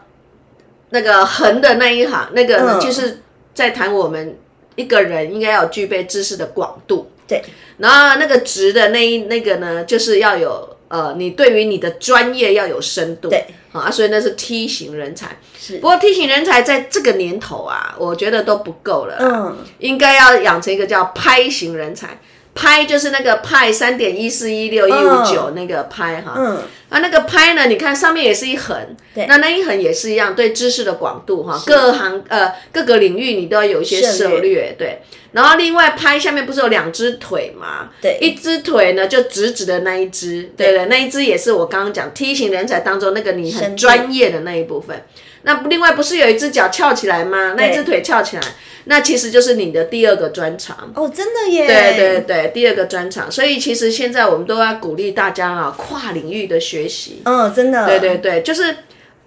[SPEAKER 2] 那个横的那一行，那个
[SPEAKER 1] 嗯
[SPEAKER 2] 呢、就是在谈我们一个人应该要具备知识的广度。
[SPEAKER 1] 对，
[SPEAKER 2] 然后那个直的那一那个呢，就是要有呃，你对于你的专业要有深度。
[SPEAKER 1] 对
[SPEAKER 2] 好啊，所以那是 T 型人才。
[SPEAKER 1] 是
[SPEAKER 2] 不，过 T 型人才在这个年头啊，我觉得都不够了啦。
[SPEAKER 1] 嗯，
[SPEAKER 2] 应该要养成一个叫拍型人才。拍就是那个派三点一四一六一五九那个拍哈，
[SPEAKER 1] 嗯
[SPEAKER 2] 啊那个拍呢，你看上面也是一横，
[SPEAKER 1] 对
[SPEAKER 2] 那那一横也是一样，对知识的广度哈，各行呃各个领域你都要有一些
[SPEAKER 1] 涉
[SPEAKER 2] 涉
[SPEAKER 1] 猎
[SPEAKER 2] 略，对。然后另外拍下面不是有两只腿嘛，
[SPEAKER 1] 对
[SPEAKER 2] 一只腿呢就直直的那一只，对了，那一只也是我刚刚讲梯形人才当中那个你
[SPEAKER 1] 深
[SPEAKER 2] 很
[SPEAKER 1] 度
[SPEAKER 2] 专业的那一部分。那另外不是有一只脚翘起来吗？那一只腿翘起来，那其实就是你的第二个专长。
[SPEAKER 1] 哦，真的耶。
[SPEAKER 2] 对对对，第二个专长。所以其实现在我们都要鼓励大家啊，跨领域的学习。
[SPEAKER 1] 嗯，真的。
[SPEAKER 2] 对对对，就是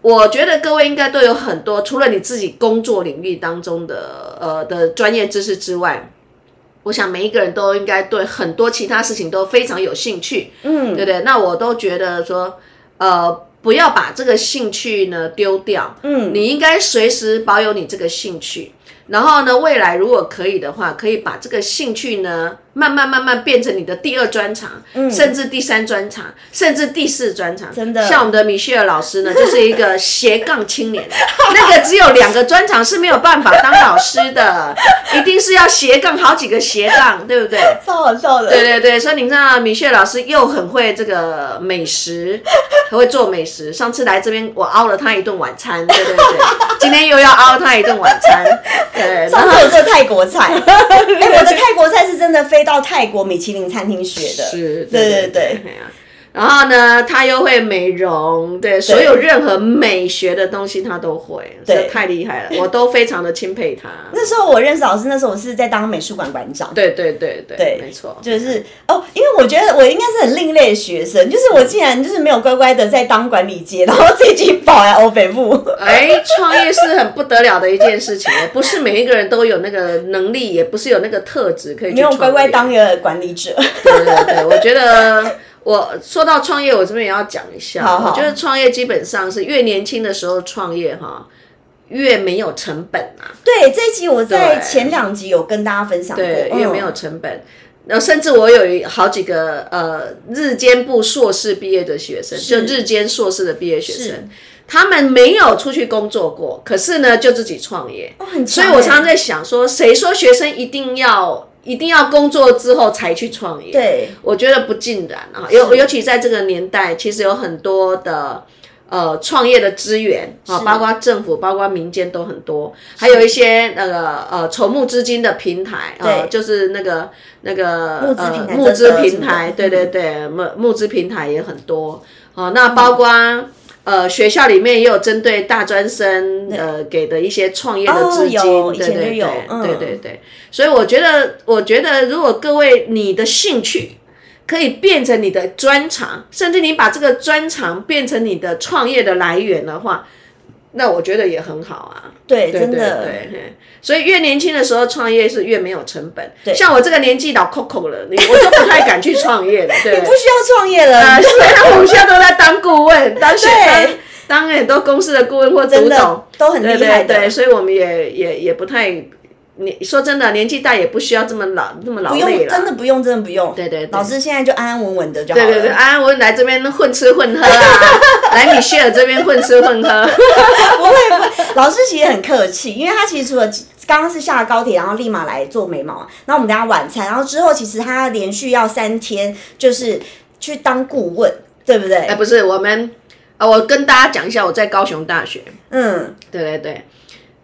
[SPEAKER 2] 我觉得各位应该都有很多，除了你自己工作领域当中的呃的专业知识之外。我想每一个人都应该对很多其他事情都非常有兴趣，嗯，对不对？那我都觉得说，呃，不要把这个兴趣呢丢掉，嗯，你应该随时保有你这个兴趣。然后呢，未来如果可以的话，可以把这个兴趣呢慢慢慢慢变成你的第二专长，甚至第三专长，甚至第四专长。
[SPEAKER 1] 嗯真的
[SPEAKER 2] 像我们的米歇尔老师呢，就是一个斜杠青 年，那个只有两个专长是没有办法当老师的，一定是要斜杠好几个斜杠，对不对？
[SPEAKER 1] 超好笑的。
[SPEAKER 2] 对对对，所以你知道米歇尔老师又很会这个美食，很会做美食。上次来这边，我熬了他一顿晚餐，对对对， 今天又要熬他一顿晚餐， 对，然
[SPEAKER 1] 上
[SPEAKER 2] 后
[SPEAKER 1] 次我做泰国菜， 哎、我的泰国菜是真的飞到泰国米其林餐厅学的。
[SPEAKER 2] 是，
[SPEAKER 1] 对
[SPEAKER 2] 对
[SPEAKER 1] 对对。
[SPEAKER 2] 嘿啊然后呢，他又会美容，对，所有任何美学的东西他都会，
[SPEAKER 1] 对
[SPEAKER 2] 这太厉害了，我都非常的钦佩他。
[SPEAKER 1] 那时候我认识老师，那时候我是在当美术馆馆长。
[SPEAKER 2] 对对对对，
[SPEAKER 1] 对
[SPEAKER 2] 没错，
[SPEAKER 1] 就是哦，因为我觉得我应该是很另类的学生，就是我竟然就是没有乖乖的在当管理阶，然后自己跑来欧北 部。
[SPEAKER 2] 哎，创业是很不得了的一件事情，不是每一个人都有那个能力，也不是有那个特质可以去
[SPEAKER 1] 没有
[SPEAKER 2] 创
[SPEAKER 1] 乖乖
[SPEAKER 2] 业
[SPEAKER 1] 当一个管理者，
[SPEAKER 2] 对对对，我觉得我说到创业，我这边也要讲一下。
[SPEAKER 1] 好好
[SPEAKER 2] 我觉得创业基本上是越年轻的时候创业哈，越没有成本啊，
[SPEAKER 1] 对这一集我在
[SPEAKER 2] 对
[SPEAKER 1] 前两集有跟大家分享过，
[SPEAKER 2] 对，
[SPEAKER 1] 嗯
[SPEAKER 2] 越没有成本。然后甚至我有一好几个呃日间部硕士毕业的学生，就日间硕士的毕业学
[SPEAKER 1] 是
[SPEAKER 2] 生，他们没有出去工作过，可是呢就自己创业。
[SPEAKER 1] 哦很
[SPEAKER 2] 所
[SPEAKER 1] 强
[SPEAKER 2] 以
[SPEAKER 1] 欸，
[SPEAKER 2] 我常常在想说，谁说学生一定要一定要工作之后才去创业？
[SPEAKER 1] 对
[SPEAKER 2] 我觉得不尽然啊，尤尤其在这个年代，其实有很多的呃创业的资源啊，包括政府、包括民间都很多，还有一些那个呃筹募资金的平台啊、呃，
[SPEAKER 1] 对
[SPEAKER 2] 就是那个那个
[SPEAKER 1] 募资
[SPEAKER 2] 呃
[SPEAKER 1] 平台
[SPEAKER 2] 募资
[SPEAKER 1] 征得
[SPEAKER 2] 平
[SPEAKER 1] 什么
[SPEAKER 2] 台，
[SPEAKER 1] 的嗯
[SPEAKER 2] 对对对，募募资平台也很多啊、那
[SPEAKER 1] 嗯
[SPEAKER 2] 包括。呃，学校里面也有针对大专生呃给的一些创业的
[SPEAKER 1] 哦
[SPEAKER 2] 资金，
[SPEAKER 1] 有以
[SPEAKER 2] 对
[SPEAKER 1] 前
[SPEAKER 2] 对
[SPEAKER 1] 就有
[SPEAKER 2] 对
[SPEAKER 1] 嗯
[SPEAKER 2] 对对对，所以我觉得，我觉得如果各位你的兴趣可以变成你的专长，甚至你把这个专长变成你的创业的来源的话，那我觉得也很好啊。
[SPEAKER 1] 对
[SPEAKER 2] 对
[SPEAKER 1] 哎真
[SPEAKER 2] 对
[SPEAKER 1] 的
[SPEAKER 2] 对嘿所以越年轻的时候创业是越没有成本。
[SPEAKER 1] 对
[SPEAKER 2] 像我这个年纪老 Coco 了，你我就不太敢去创业了。对
[SPEAKER 1] 你不需要创业了，
[SPEAKER 2] 啊， 虽然我们现在都在当顾问，当学当
[SPEAKER 1] 对
[SPEAKER 2] 当很多公司的顾问或
[SPEAKER 1] 真
[SPEAKER 2] 读
[SPEAKER 1] 的
[SPEAKER 2] 懂，
[SPEAKER 1] 都很
[SPEAKER 2] 对
[SPEAKER 1] 厉害
[SPEAKER 2] 对对，
[SPEAKER 1] 的，
[SPEAKER 2] 所以我们也也也不太，你说真的，年纪大也不需要这么老那么劳
[SPEAKER 1] 不
[SPEAKER 2] 累
[SPEAKER 1] 用
[SPEAKER 2] 了，
[SPEAKER 1] 真的不用，真的不用。
[SPEAKER 2] 对对对
[SPEAKER 1] 老师现在就安安稳稳的就好了。
[SPEAKER 2] 对对对，安安稳稳来这边混吃混喝啊， 来米歇尔这边混吃混 喝，
[SPEAKER 1] 不会不会，老师其实很客气，因为他其实除了刚刚是下了高铁，然后立马来做眉毛嘛，然后我们等下晚餐，然后之后其实他连续要三天就是去当顾问，对不对？
[SPEAKER 2] 哎，不是我们，啊，我跟大家讲一下，我在高雄大学，
[SPEAKER 1] 嗯，
[SPEAKER 2] 对对对，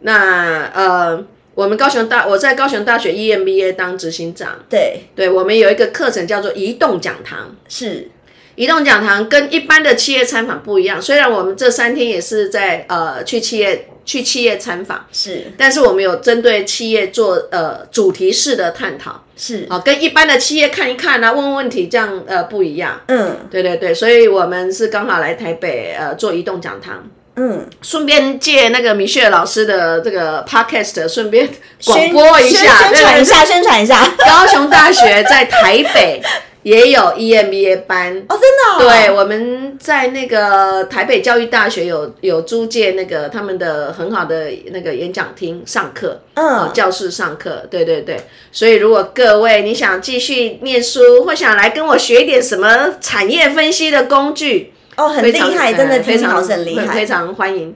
[SPEAKER 2] 那呃，我们高雄大我在高雄大学 EMBA 当执行长，
[SPEAKER 1] 对，
[SPEAKER 2] 对我们有一个课程叫做移动讲堂。
[SPEAKER 1] 是
[SPEAKER 2] 移动讲堂跟一般的企业参访不一样，虽然我们这三天也是在呃去企业去企业参访，
[SPEAKER 1] 是
[SPEAKER 2] 但是我们有针对企业做呃主题式的探讨，
[SPEAKER 1] 是，
[SPEAKER 2] 啊，跟一般的企业看一看啊，问问问题这样呃不一样。
[SPEAKER 1] 嗯
[SPEAKER 2] 对对对，所以我们是刚好来台北呃做移动讲堂，
[SPEAKER 1] 嗯，
[SPEAKER 2] 顺便借那个米歇尔老师的这个 podcast，顺便广
[SPEAKER 1] 宣
[SPEAKER 2] 播一下，
[SPEAKER 1] 宣宣
[SPEAKER 2] 对
[SPEAKER 1] 传
[SPEAKER 2] 对
[SPEAKER 1] 一
[SPEAKER 2] 对
[SPEAKER 1] 下，宣传一下。
[SPEAKER 2] 高雄大学在台北也有 E EMBA 班。
[SPEAKER 1] 哦，真的、哦，
[SPEAKER 2] 对，我们在那个台北教育大学有有租借那个他们的很好的那个演讲厅上课，哦
[SPEAKER 1] 嗯，
[SPEAKER 2] 教室上课，对对对。所以如果各位你想继续念书，或想来跟我学一点什么产业分析的工具，
[SPEAKER 1] 哦，很
[SPEAKER 2] 非
[SPEAKER 1] 厉
[SPEAKER 2] 常
[SPEAKER 1] 害，
[SPEAKER 2] 呃
[SPEAKER 1] 真的
[SPEAKER 2] 非
[SPEAKER 1] 听老
[SPEAKER 2] 常
[SPEAKER 1] 师很厉
[SPEAKER 2] 非非
[SPEAKER 1] 害，
[SPEAKER 2] 常欢迎。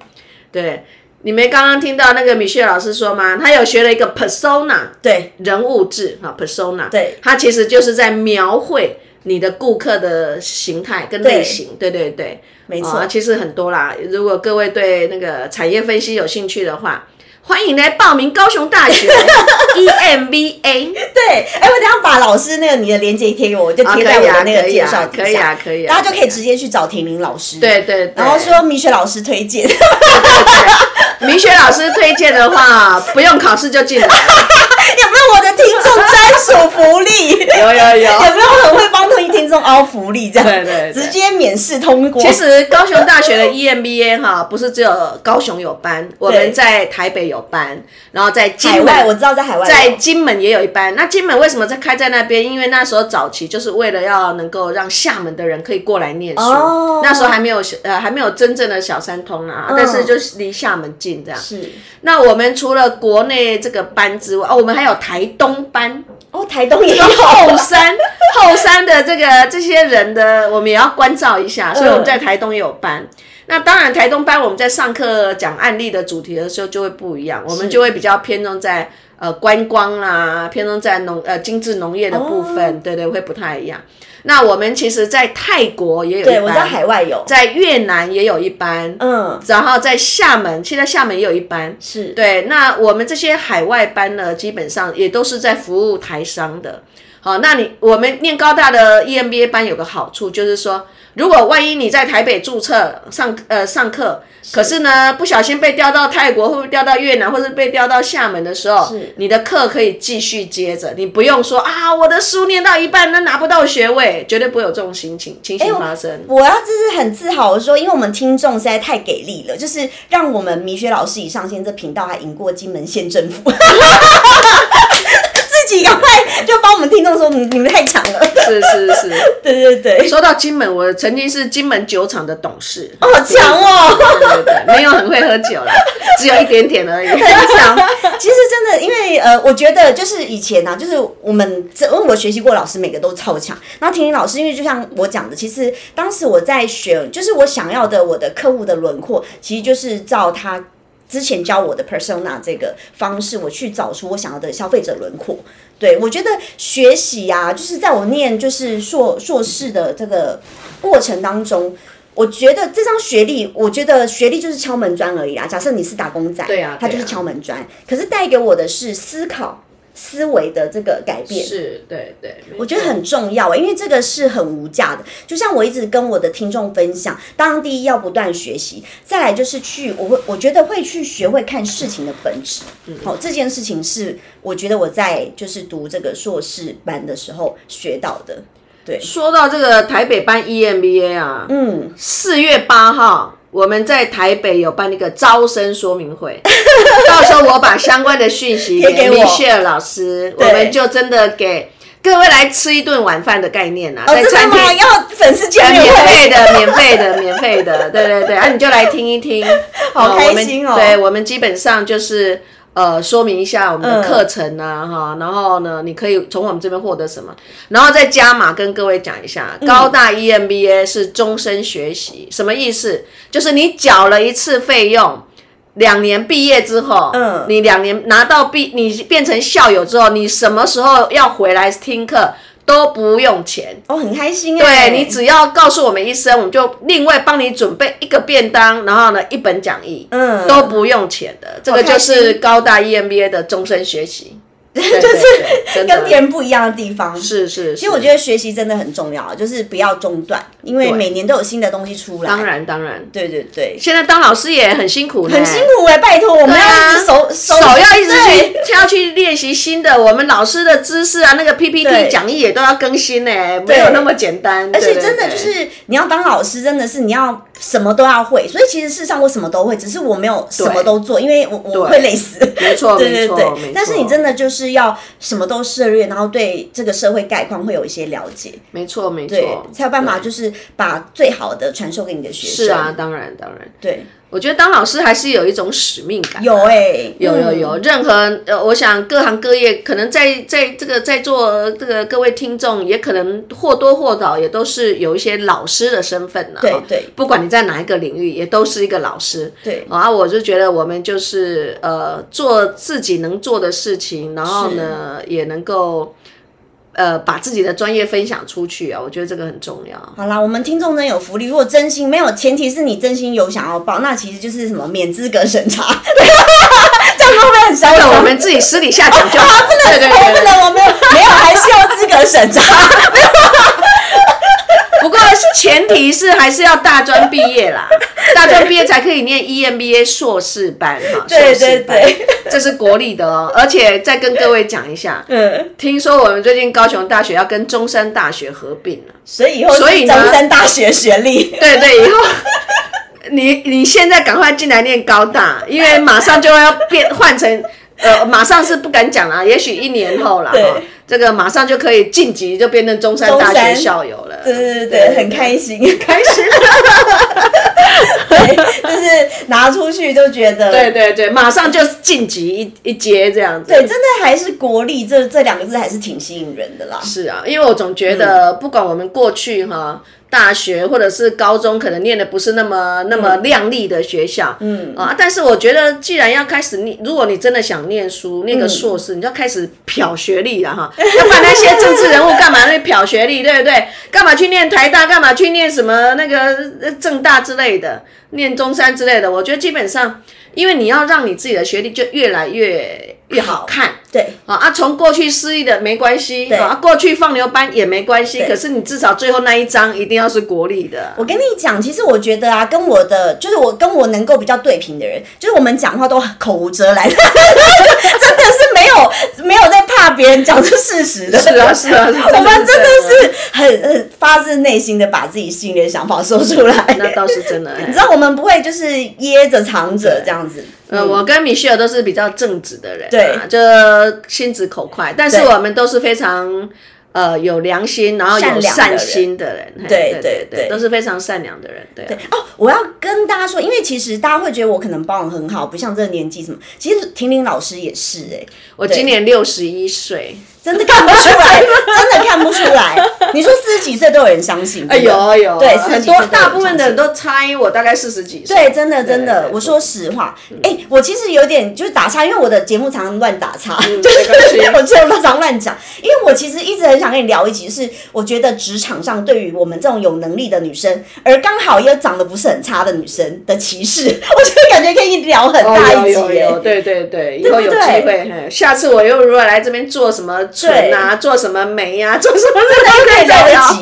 [SPEAKER 2] 对，你们刚刚听到那个米歇尔老师说吗？他有学了一个 persona
[SPEAKER 1] 对
[SPEAKER 2] 人物志啊 persona，
[SPEAKER 1] 对，
[SPEAKER 2] 它其实就是在描绘你的顾客的形态跟类型，对对对，
[SPEAKER 1] 没
[SPEAKER 2] 没
[SPEAKER 1] 错
[SPEAKER 2] 其实很多啦。如果各位对那个产业分析有兴趣的话，欢迎来报名高雄 大学 E EMBA。
[SPEAKER 1] 对。哎、我等一下把老师那个你的链接贴给我，我就
[SPEAKER 2] 啊
[SPEAKER 1] 贴在我
[SPEAKER 2] 可以啊
[SPEAKER 1] 的那个
[SPEAKER 2] 可以
[SPEAKER 1] 介
[SPEAKER 2] 啊
[SPEAKER 1] 绍底下，
[SPEAKER 2] 可以啊可以啊
[SPEAKER 1] 大家就可
[SPEAKER 2] 可
[SPEAKER 1] 以
[SPEAKER 2] 以啊
[SPEAKER 1] 直接去找婷玲老师。
[SPEAKER 2] 对对对，
[SPEAKER 1] 然后说米雪老师推荐，
[SPEAKER 2] 明雪老师推荐的话，不用考试就 进来了。
[SPEAKER 1] 有没有我的听众专属福 利？
[SPEAKER 2] 有有有
[SPEAKER 1] 有没有很会帮听听众凹福利这样？
[SPEAKER 2] 对对对
[SPEAKER 1] 直接免试通过。
[SPEAKER 2] 其实高雄大学的 E EMBA 哈，不是只有高雄有班，我们在台北有班，然后在
[SPEAKER 1] 海
[SPEAKER 2] 金
[SPEAKER 1] 外
[SPEAKER 2] 门
[SPEAKER 1] 我知道在海外有
[SPEAKER 2] 在金门也有一班，那金门为什么在开在那边？因为那时候早期就是为了要能够让厦门的人可以过来念书，
[SPEAKER 1] 哦嗯
[SPEAKER 2] 那时候还没有小呃还没有真正的小三通啊，但是就是离厦门近这样。
[SPEAKER 1] 是
[SPEAKER 2] 那我们除了国内这个班之外，哦，我们还有台东班，
[SPEAKER 1] 哦，台东 也有
[SPEAKER 2] 后 山后山的这个这些人的，我们也要关照一
[SPEAKER 1] 嗯
[SPEAKER 2] 下，所以我们在台东也有班。那当然，台东班我们在上课讲案例的主题的时候就会不一样，我们就会比较偏重在呃观光啦，偏重在农呃精致农业的部分，
[SPEAKER 1] 哦
[SPEAKER 2] 对对，会不太一样。那我们其实，在泰国也有
[SPEAKER 1] 对
[SPEAKER 2] 一
[SPEAKER 1] 我在
[SPEAKER 2] 班，
[SPEAKER 1] 海外有，
[SPEAKER 2] 在越南也有一班，
[SPEAKER 1] 嗯，
[SPEAKER 2] 然后在厦门，现在厦门也有一班，
[SPEAKER 1] 是，
[SPEAKER 2] 对，那我们这些海外班呢，基本上也都是在服务台商的。好，那你我们念高大的 E EMBA 班有个好处，就是说，如果万一你在台北注册上呃上课，可是呢不小心被调到泰国，或者调到越南，或者被调到厦门的时候
[SPEAKER 1] 是，
[SPEAKER 2] 你的课可以继续接着，你不用说啊，我的书念到一半那拿不到学位，绝对不会有这种情
[SPEAKER 1] 哎
[SPEAKER 2] 情情形发生。
[SPEAKER 1] 我要就是很自豪的说，因为我们听众实在太给力了，就是让我们米雪老师已上线这频道还赢过金门县政府， 自己赶快就帮我们听众说，嗯你你们太强了，
[SPEAKER 2] 是是 是，
[SPEAKER 1] 对对对，
[SPEAKER 2] 说到金门，我曾经是金门酒厂的董事。
[SPEAKER 1] 哦好强哦。
[SPEAKER 2] 对对对，没有很会喝 酒啦，只有一点点而已。
[SPEAKER 1] 很强。其实真的，因为呃，我觉得就是以前啊，就是我们这，因为我学习过老师，每个都超强。然后婷婷老师，因为就像我讲的，其实当时我在选，就是我想要的我的客户的轮廓，其实就是照他。之前教我的 persona 这个方式，我去找出我想要的消费者轮廓。对我觉得学习啊，就是在我念就是硕硕士的这个过程当中，我觉得这张学历，我觉得学历就是敲门砖而已啦。啊假设你是打工仔，
[SPEAKER 2] 对啊
[SPEAKER 1] 他就是
[SPEAKER 2] 对啊
[SPEAKER 1] 敲门砖。可是带给我的是思考、思维的这个改变。
[SPEAKER 2] 是，对对，
[SPEAKER 1] 我觉得很重要、欸，因为这个是很无价的。就像我一直跟我的听众分享，当然第一要不断学习，再来就是去，我会我觉得会去学会看事情的本质。好、这件事情是我觉得我在就是读这个硕士班的时候学到的。对，
[SPEAKER 2] 说到这个台北班 EMBA 啊，
[SPEAKER 1] 嗯，
[SPEAKER 2] 四月八号。我们在台北有办一个招生说 明会，到时候我把相关的讯息
[SPEAKER 1] 贴给
[SPEAKER 2] 给
[SPEAKER 1] 我
[SPEAKER 2] Michelle 老师，我
[SPEAKER 1] 对
[SPEAKER 2] 们就真的给各位来吃一顿晚饭的概念啊，
[SPEAKER 1] 哦，
[SPEAKER 2] 在
[SPEAKER 1] 真的
[SPEAKER 2] 餐厅
[SPEAKER 1] 吗？要粉丝见
[SPEAKER 2] 免
[SPEAKER 1] 面
[SPEAKER 2] 费
[SPEAKER 1] 会？
[SPEAKER 2] 的， 免费的，免费的，对对对，啊，你就来听一听，
[SPEAKER 1] 好
[SPEAKER 2] 呃
[SPEAKER 1] 开心哦
[SPEAKER 2] 我们对我们基本上就是呃，说明一下我们
[SPEAKER 1] 嗯
[SPEAKER 2] 的课程啊，哈、然后呢，你可以从我们这边获得什么，然后再加码跟各位讲一下，
[SPEAKER 1] 嗯
[SPEAKER 2] 高大 E EMBA 是终身学习，什么意思？就是你缴了一次费用。两年毕业之后，
[SPEAKER 1] 嗯
[SPEAKER 2] 你两年拿到毕，你变成校友之后，你什么时候要回来听课都不用钱，
[SPEAKER 1] 哦，很开心哎、
[SPEAKER 2] 对你只要告诉我们一声，我们就另外帮你准备一个便当，然后呢一本讲义，
[SPEAKER 1] 嗯
[SPEAKER 2] 都不用钱的。这个
[SPEAKER 1] 好开
[SPEAKER 2] 就
[SPEAKER 1] 心
[SPEAKER 2] 是高大 E EMBA 的终身学习， 对对
[SPEAKER 1] 就是
[SPEAKER 2] 对真的
[SPEAKER 1] 跟别人不一样的地方。
[SPEAKER 2] 是是，
[SPEAKER 1] 其实我觉得学习真的很重要，就是不要中断，因为
[SPEAKER 2] 对
[SPEAKER 1] 每年都有新的东西出来。
[SPEAKER 2] 当，然当然，
[SPEAKER 1] 对对对，
[SPEAKER 2] 现在当老师也很辛苦呢，
[SPEAKER 1] 很辛苦哎、拜托，我们
[SPEAKER 2] 对
[SPEAKER 1] 要
[SPEAKER 2] 啊
[SPEAKER 1] 一直手、
[SPEAKER 2] 手要一直去，要去练习新的，我们老师的知识啊，那个 PPT
[SPEAKER 1] 对
[SPEAKER 2] 讲义也都要更新呢，没
[SPEAKER 1] 对
[SPEAKER 2] 有那么简单。
[SPEAKER 1] 而且
[SPEAKER 2] 对对
[SPEAKER 1] 真的
[SPEAKER 2] 对
[SPEAKER 1] 就是你要当老师，真的是你要什么都要会。所以其实事实上我什么都会，只是我没有什么都做，因为我我
[SPEAKER 2] 对
[SPEAKER 1] 会累死。
[SPEAKER 2] 没错
[SPEAKER 1] 对
[SPEAKER 2] 没
[SPEAKER 1] 对
[SPEAKER 2] 错
[SPEAKER 1] 对
[SPEAKER 2] 没错，，
[SPEAKER 1] 但是你真的就是要什么都涉略，然后对这个社会概况会有一些了解，
[SPEAKER 2] 没错没
[SPEAKER 1] 对
[SPEAKER 2] 错，，
[SPEAKER 1] 才有办法就是把最好的传授给你的学生。
[SPEAKER 2] 是啊，，当然当然。
[SPEAKER 1] 对，
[SPEAKER 2] 我觉得当老师还是有一种使命感。
[SPEAKER 1] 有哎、
[SPEAKER 2] 有有
[SPEAKER 1] 嗯
[SPEAKER 2] 有，任何呃，我想各行各业可能在在这个在座呃这个各位听众，也可能或多或少也都是有一些老师的身份呢。
[SPEAKER 1] 对
[SPEAKER 2] 哈
[SPEAKER 1] 对
[SPEAKER 2] 不管你在哪一个领域，也都是一个老师。
[SPEAKER 1] 对
[SPEAKER 2] 啊，我就觉得我们就是呃，做自己能做的事情，然后呢，也能够呃把自己的专业分享出去啊，我觉得这个很重 要。
[SPEAKER 1] 好啦，我们听众真有福利。如果真心没有，前提是你真心有想要报，那其实就是什么免资格审查，这样会不会很嚣
[SPEAKER 2] 这个我
[SPEAKER 1] 张？
[SPEAKER 2] 们自己私底下讲 就好。对对对对
[SPEAKER 1] 不
[SPEAKER 2] 对
[SPEAKER 1] 能，我没有没有，还是要资格审查。
[SPEAKER 2] 不过前提是还是要大专毕业啦，大专毕业才可以念 E EMBA 硕士班哈。
[SPEAKER 1] 对
[SPEAKER 2] 硕士班
[SPEAKER 1] 对，
[SPEAKER 2] 这是国立的哦。而且再跟各位讲一下，
[SPEAKER 1] 嗯，
[SPEAKER 2] 听说我们最近高雄大学要跟中山大学合并了。
[SPEAKER 1] 所以以后
[SPEAKER 2] 所以
[SPEAKER 1] 是
[SPEAKER 2] 呢
[SPEAKER 1] 中山大学学历，
[SPEAKER 2] 对对，以后 你你现在赶快进来念高大，因为马上就要变换成。呃，马上是不敢讲啦，也许一年后啦，
[SPEAKER 1] 对
[SPEAKER 2] 哈这个马上就可以晋级，就变成中山大
[SPEAKER 1] 中山
[SPEAKER 2] 学校友了。
[SPEAKER 1] 对对对对，很开心。
[SPEAKER 2] 开始。
[SPEAKER 1] 对，就是拿出去就觉得，
[SPEAKER 2] 对对对，马上就晋级一一阶这样子。
[SPEAKER 1] 对，真的还是国力这这两个字还是挺吸引人的啦。
[SPEAKER 2] 是啊，因为我总觉得，不管我们过去哈、大学或者是高中，可能念的不是那么那么亮丽的学校，嗯啊，但是我觉得，既然要开始念，如果你真的想念书，念个硕士，你就要开始漂学历了哈，要不然那些政治人物干嘛那漂学历，对不对？干嘛去念台大，干嘛去念什么那个呃政大之类的，念中山之类的？我觉得基本上，因为你要让你自己的学历就越来越越好看。
[SPEAKER 1] 对，
[SPEAKER 2] 啊啊，从过去失意的没关系，
[SPEAKER 1] 对
[SPEAKER 2] 啊，过去放牛班也没关系，
[SPEAKER 1] 对
[SPEAKER 2] 可是你至少最后那一张一定要是国力的。
[SPEAKER 1] 我跟你讲，其实我觉得啊，跟我的就是我跟我能够比较对平的人，就是我们讲话都口无遮拦，真 的是没有没有在怕别人讲出事实的。
[SPEAKER 2] 是啊，是啊，是
[SPEAKER 1] 我们真的
[SPEAKER 2] 是
[SPEAKER 1] 是很很发自内心的把自己心里的想法说出来。
[SPEAKER 2] 真 的，那倒是真的。哎
[SPEAKER 1] 你知道我们不会就是掖着藏着这样子，
[SPEAKER 2] 呃，我跟米歇尔都是比较正直的人、啊，
[SPEAKER 1] 对
[SPEAKER 2] 就心直口快，但是
[SPEAKER 1] 对
[SPEAKER 2] 我们都是非常呃有良心，然后有
[SPEAKER 1] 善良的
[SPEAKER 2] 善
[SPEAKER 1] 人
[SPEAKER 2] 心的人，嘿
[SPEAKER 1] 对
[SPEAKER 2] 对
[SPEAKER 1] 对
[SPEAKER 2] 对，
[SPEAKER 1] 对
[SPEAKER 2] 都是非常善良的人，对啊、
[SPEAKER 1] 哦，我要跟大家说，因为其实大家会觉得我可能保养很好，不像这个年纪什么。其实婷婷老师也是哎、
[SPEAKER 2] 我今年六十一岁，
[SPEAKER 1] 真的看不出 来，真的看不出来。你说四十几岁都有人相信，
[SPEAKER 2] 哎
[SPEAKER 1] 真的
[SPEAKER 2] 有有，
[SPEAKER 1] 对，40
[SPEAKER 2] 很
[SPEAKER 1] 几岁都
[SPEAKER 2] 多
[SPEAKER 1] 有人
[SPEAKER 2] 大部分的
[SPEAKER 1] 相
[SPEAKER 2] 人
[SPEAKER 1] 信。
[SPEAKER 2] 都猜我大概四十几岁，
[SPEAKER 1] 对，真的
[SPEAKER 2] 对嗯
[SPEAKER 1] 真的
[SPEAKER 2] 对，
[SPEAKER 1] 我说实话，哎、我其实有点就是打岔，因为我的节目常常乱打岔，
[SPEAKER 2] 嗯
[SPEAKER 1] 就
[SPEAKER 2] 没关系
[SPEAKER 1] 是我节目常常乱讲，因为我其实一直很想跟你聊一集，是我觉得职场上对于我们这种有能力的女生，而刚好又长得不是很差的女生的歧视， 我就感觉可以聊很
[SPEAKER 2] 哦，
[SPEAKER 1] 大一集、
[SPEAKER 2] 有有
[SPEAKER 1] 哎
[SPEAKER 2] 有，对对对，以
[SPEAKER 1] 对
[SPEAKER 2] 后
[SPEAKER 1] 不
[SPEAKER 2] 有机
[SPEAKER 1] 对
[SPEAKER 2] 会，嘿下次我又如果来这边做什么唇啊，做什么眉啊， 做什么这
[SPEAKER 1] 都
[SPEAKER 2] 个
[SPEAKER 1] 可以
[SPEAKER 2] 再
[SPEAKER 1] 聊
[SPEAKER 2] 聊
[SPEAKER 1] 得 起。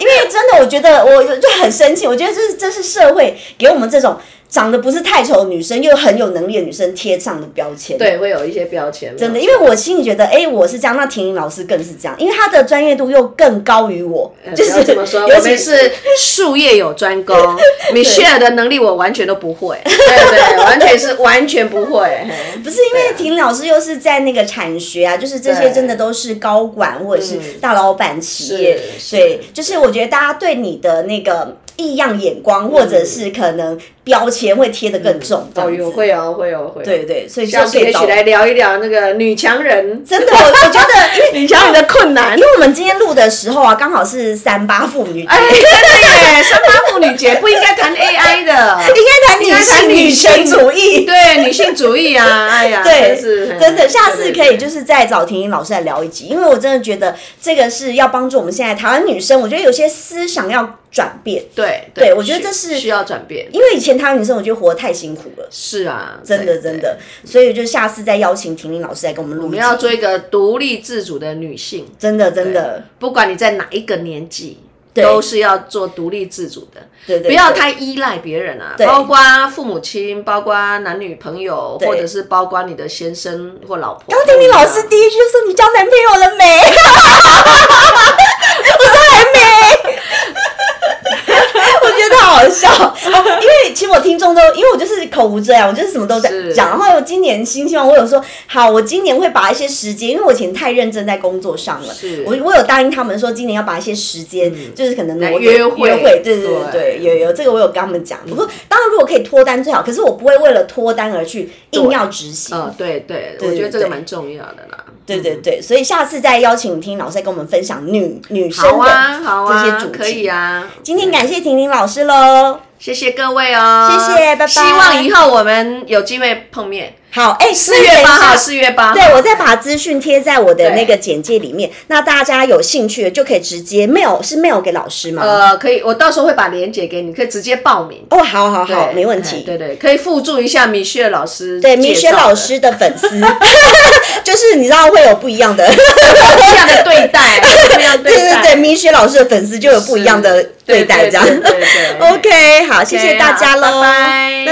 [SPEAKER 1] 因为真的，我觉得我就很生气，我觉得这是这是社会给我们这种长得不是太丑的女生又很有能力的女生贴上的标签。。
[SPEAKER 2] 对，会有一些标签嘛，
[SPEAKER 1] 真的，因为我心里觉得，哎、我是这样，那婷婷老师更是这样，因为她的专业度又更高于我，
[SPEAKER 2] 呃。
[SPEAKER 1] 就
[SPEAKER 2] 不要
[SPEAKER 1] 是
[SPEAKER 2] 这么说，我
[SPEAKER 1] 尤
[SPEAKER 2] 们
[SPEAKER 1] 其
[SPEAKER 2] 是术业有 专攻，Michelle 的能力我完全都不会，对对，完全是完全不会。嘿
[SPEAKER 1] 不是因为婷婷老师又是在那个产学啊，就是这
[SPEAKER 2] 对
[SPEAKER 1] 些真的都是高管或者是大老板企业，
[SPEAKER 2] 是
[SPEAKER 1] 对，就是我觉得大家对你的那个异样眼光，或者是可能标签会贴的更重，这
[SPEAKER 2] 哦，
[SPEAKER 1] 样子
[SPEAKER 2] 有会哦，会哦，会哦。
[SPEAKER 1] 对对，所以就
[SPEAKER 2] 下次
[SPEAKER 1] 可
[SPEAKER 2] 也
[SPEAKER 1] 以找
[SPEAKER 2] 许来聊一聊那个女强人，
[SPEAKER 1] 真的，我我觉得，因为
[SPEAKER 2] 女强人的 困难
[SPEAKER 1] 因。为我们今天录的时候啊，刚好是三八妇女节，
[SPEAKER 2] 哎，真的耶，三八妇女节不应该谈
[SPEAKER 1] 应
[SPEAKER 2] AI 的，应
[SPEAKER 1] 该
[SPEAKER 2] 该谈
[SPEAKER 1] 谈
[SPEAKER 2] 女
[SPEAKER 1] 女性女
[SPEAKER 2] 性
[SPEAKER 1] 权主义。
[SPEAKER 2] 对女性主义 啊，哎呀，
[SPEAKER 1] 对
[SPEAKER 2] 真是，
[SPEAKER 1] 真的，下次可以就是是再找婷婷老师来聊一集，因为我真的觉得这个是要帮助我们现在台湾女生，我觉得有些思想要转变，
[SPEAKER 2] 对
[SPEAKER 1] 对我觉得这
[SPEAKER 2] 需
[SPEAKER 1] 是
[SPEAKER 2] 需要转变，
[SPEAKER 1] 因为以前台湾女生我觉得活得太辛苦了，
[SPEAKER 2] 是啊，
[SPEAKER 1] 真的
[SPEAKER 2] 对
[SPEAKER 1] 真。
[SPEAKER 2] 对
[SPEAKER 1] 的，所以就下次再邀请婷婷老师来跟我们
[SPEAKER 2] 我
[SPEAKER 1] 录一
[SPEAKER 2] 们
[SPEAKER 1] 集，
[SPEAKER 2] 要做一个独立自主的女性，
[SPEAKER 1] 真的真的，
[SPEAKER 2] 不管你在哪一个年纪，
[SPEAKER 1] 对
[SPEAKER 2] 都是要做独立自主的，
[SPEAKER 1] 对对，
[SPEAKER 2] 不要
[SPEAKER 1] 对
[SPEAKER 2] 太依赖别人啊，
[SPEAKER 1] 对
[SPEAKER 2] 包括父母亲，包括男女朋友，
[SPEAKER 1] 对
[SPEAKER 2] 或者是包括你的先生或老婆。
[SPEAKER 1] 刚听你老师第一句就说你交男朋友了没？ 我说还 没。我觉得好笑，哦因为其实我听众都，因为我就是口无遮拦，我就是什么都在
[SPEAKER 2] 是
[SPEAKER 1] 讲。然后我今年新希望，我有说好，我今年会把一些时间，因为我以前太认真在工作上了
[SPEAKER 2] 是，
[SPEAKER 1] 我我有答应他们说今年要把一些时间，就是可能
[SPEAKER 2] 来
[SPEAKER 1] 挪
[SPEAKER 2] 约会
[SPEAKER 1] 约会，对对
[SPEAKER 2] 对嗯
[SPEAKER 1] 对对，有有这个我有跟他们讲。我说当然如果可以脱单最好，可是我不会为了脱单而去硬要执行。
[SPEAKER 2] 呃，对对，
[SPEAKER 1] 对
[SPEAKER 2] 我觉得这个
[SPEAKER 1] 对
[SPEAKER 2] 蛮重要的啦。
[SPEAKER 1] 对对对，所以下次再邀请听老师再跟我们分享女女生
[SPEAKER 2] 好
[SPEAKER 1] 的、
[SPEAKER 2] 啊，好
[SPEAKER 1] 这些
[SPEAKER 2] 啊
[SPEAKER 1] 主，题
[SPEAKER 2] 可以啊。
[SPEAKER 1] 今天感谢婷婷老师喽。
[SPEAKER 2] 谢谢各位哦，
[SPEAKER 1] 谢谢拜拜
[SPEAKER 2] 希望以后我们有机会碰面。
[SPEAKER 1] 好，哎、
[SPEAKER 2] 四月八号，四月八号，
[SPEAKER 1] 对我再把资讯贴在我的
[SPEAKER 2] 对
[SPEAKER 1] 那个简介里面，那大家有兴趣的就可以直接 mail 是 mail 给老师吗？
[SPEAKER 2] 呃，可以，我到时候会把链接给你，可以直接报名。
[SPEAKER 1] 哦，好好好，
[SPEAKER 2] 对
[SPEAKER 1] 没问
[SPEAKER 2] 哎
[SPEAKER 1] 题。
[SPEAKER 2] 对对，可以附注一下米雪老师
[SPEAKER 1] 对，
[SPEAKER 2] 介
[SPEAKER 1] 明
[SPEAKER 2] 绍
[SPEAKER 1] 轩
[SPEAKER 2] 的
[SPEAKER 1] 老师的粉丝， 就是你知道会有不一样的，
[SPEAKER 2] 这样的对待，这样
[SPEAKER 1] 对对
[SPEAKER 2] 待，
[SPEAKER 1] 对，明轩老师的 粉丝就有不一样的
[SPEAKER 2] 是
[SPEAKER 1] 对待，这样。
[SPEAKER 2] 对对对对
[SPEAKER 1] OK，好，谢谢大家喽，
[SPEAKER 2] 拜拜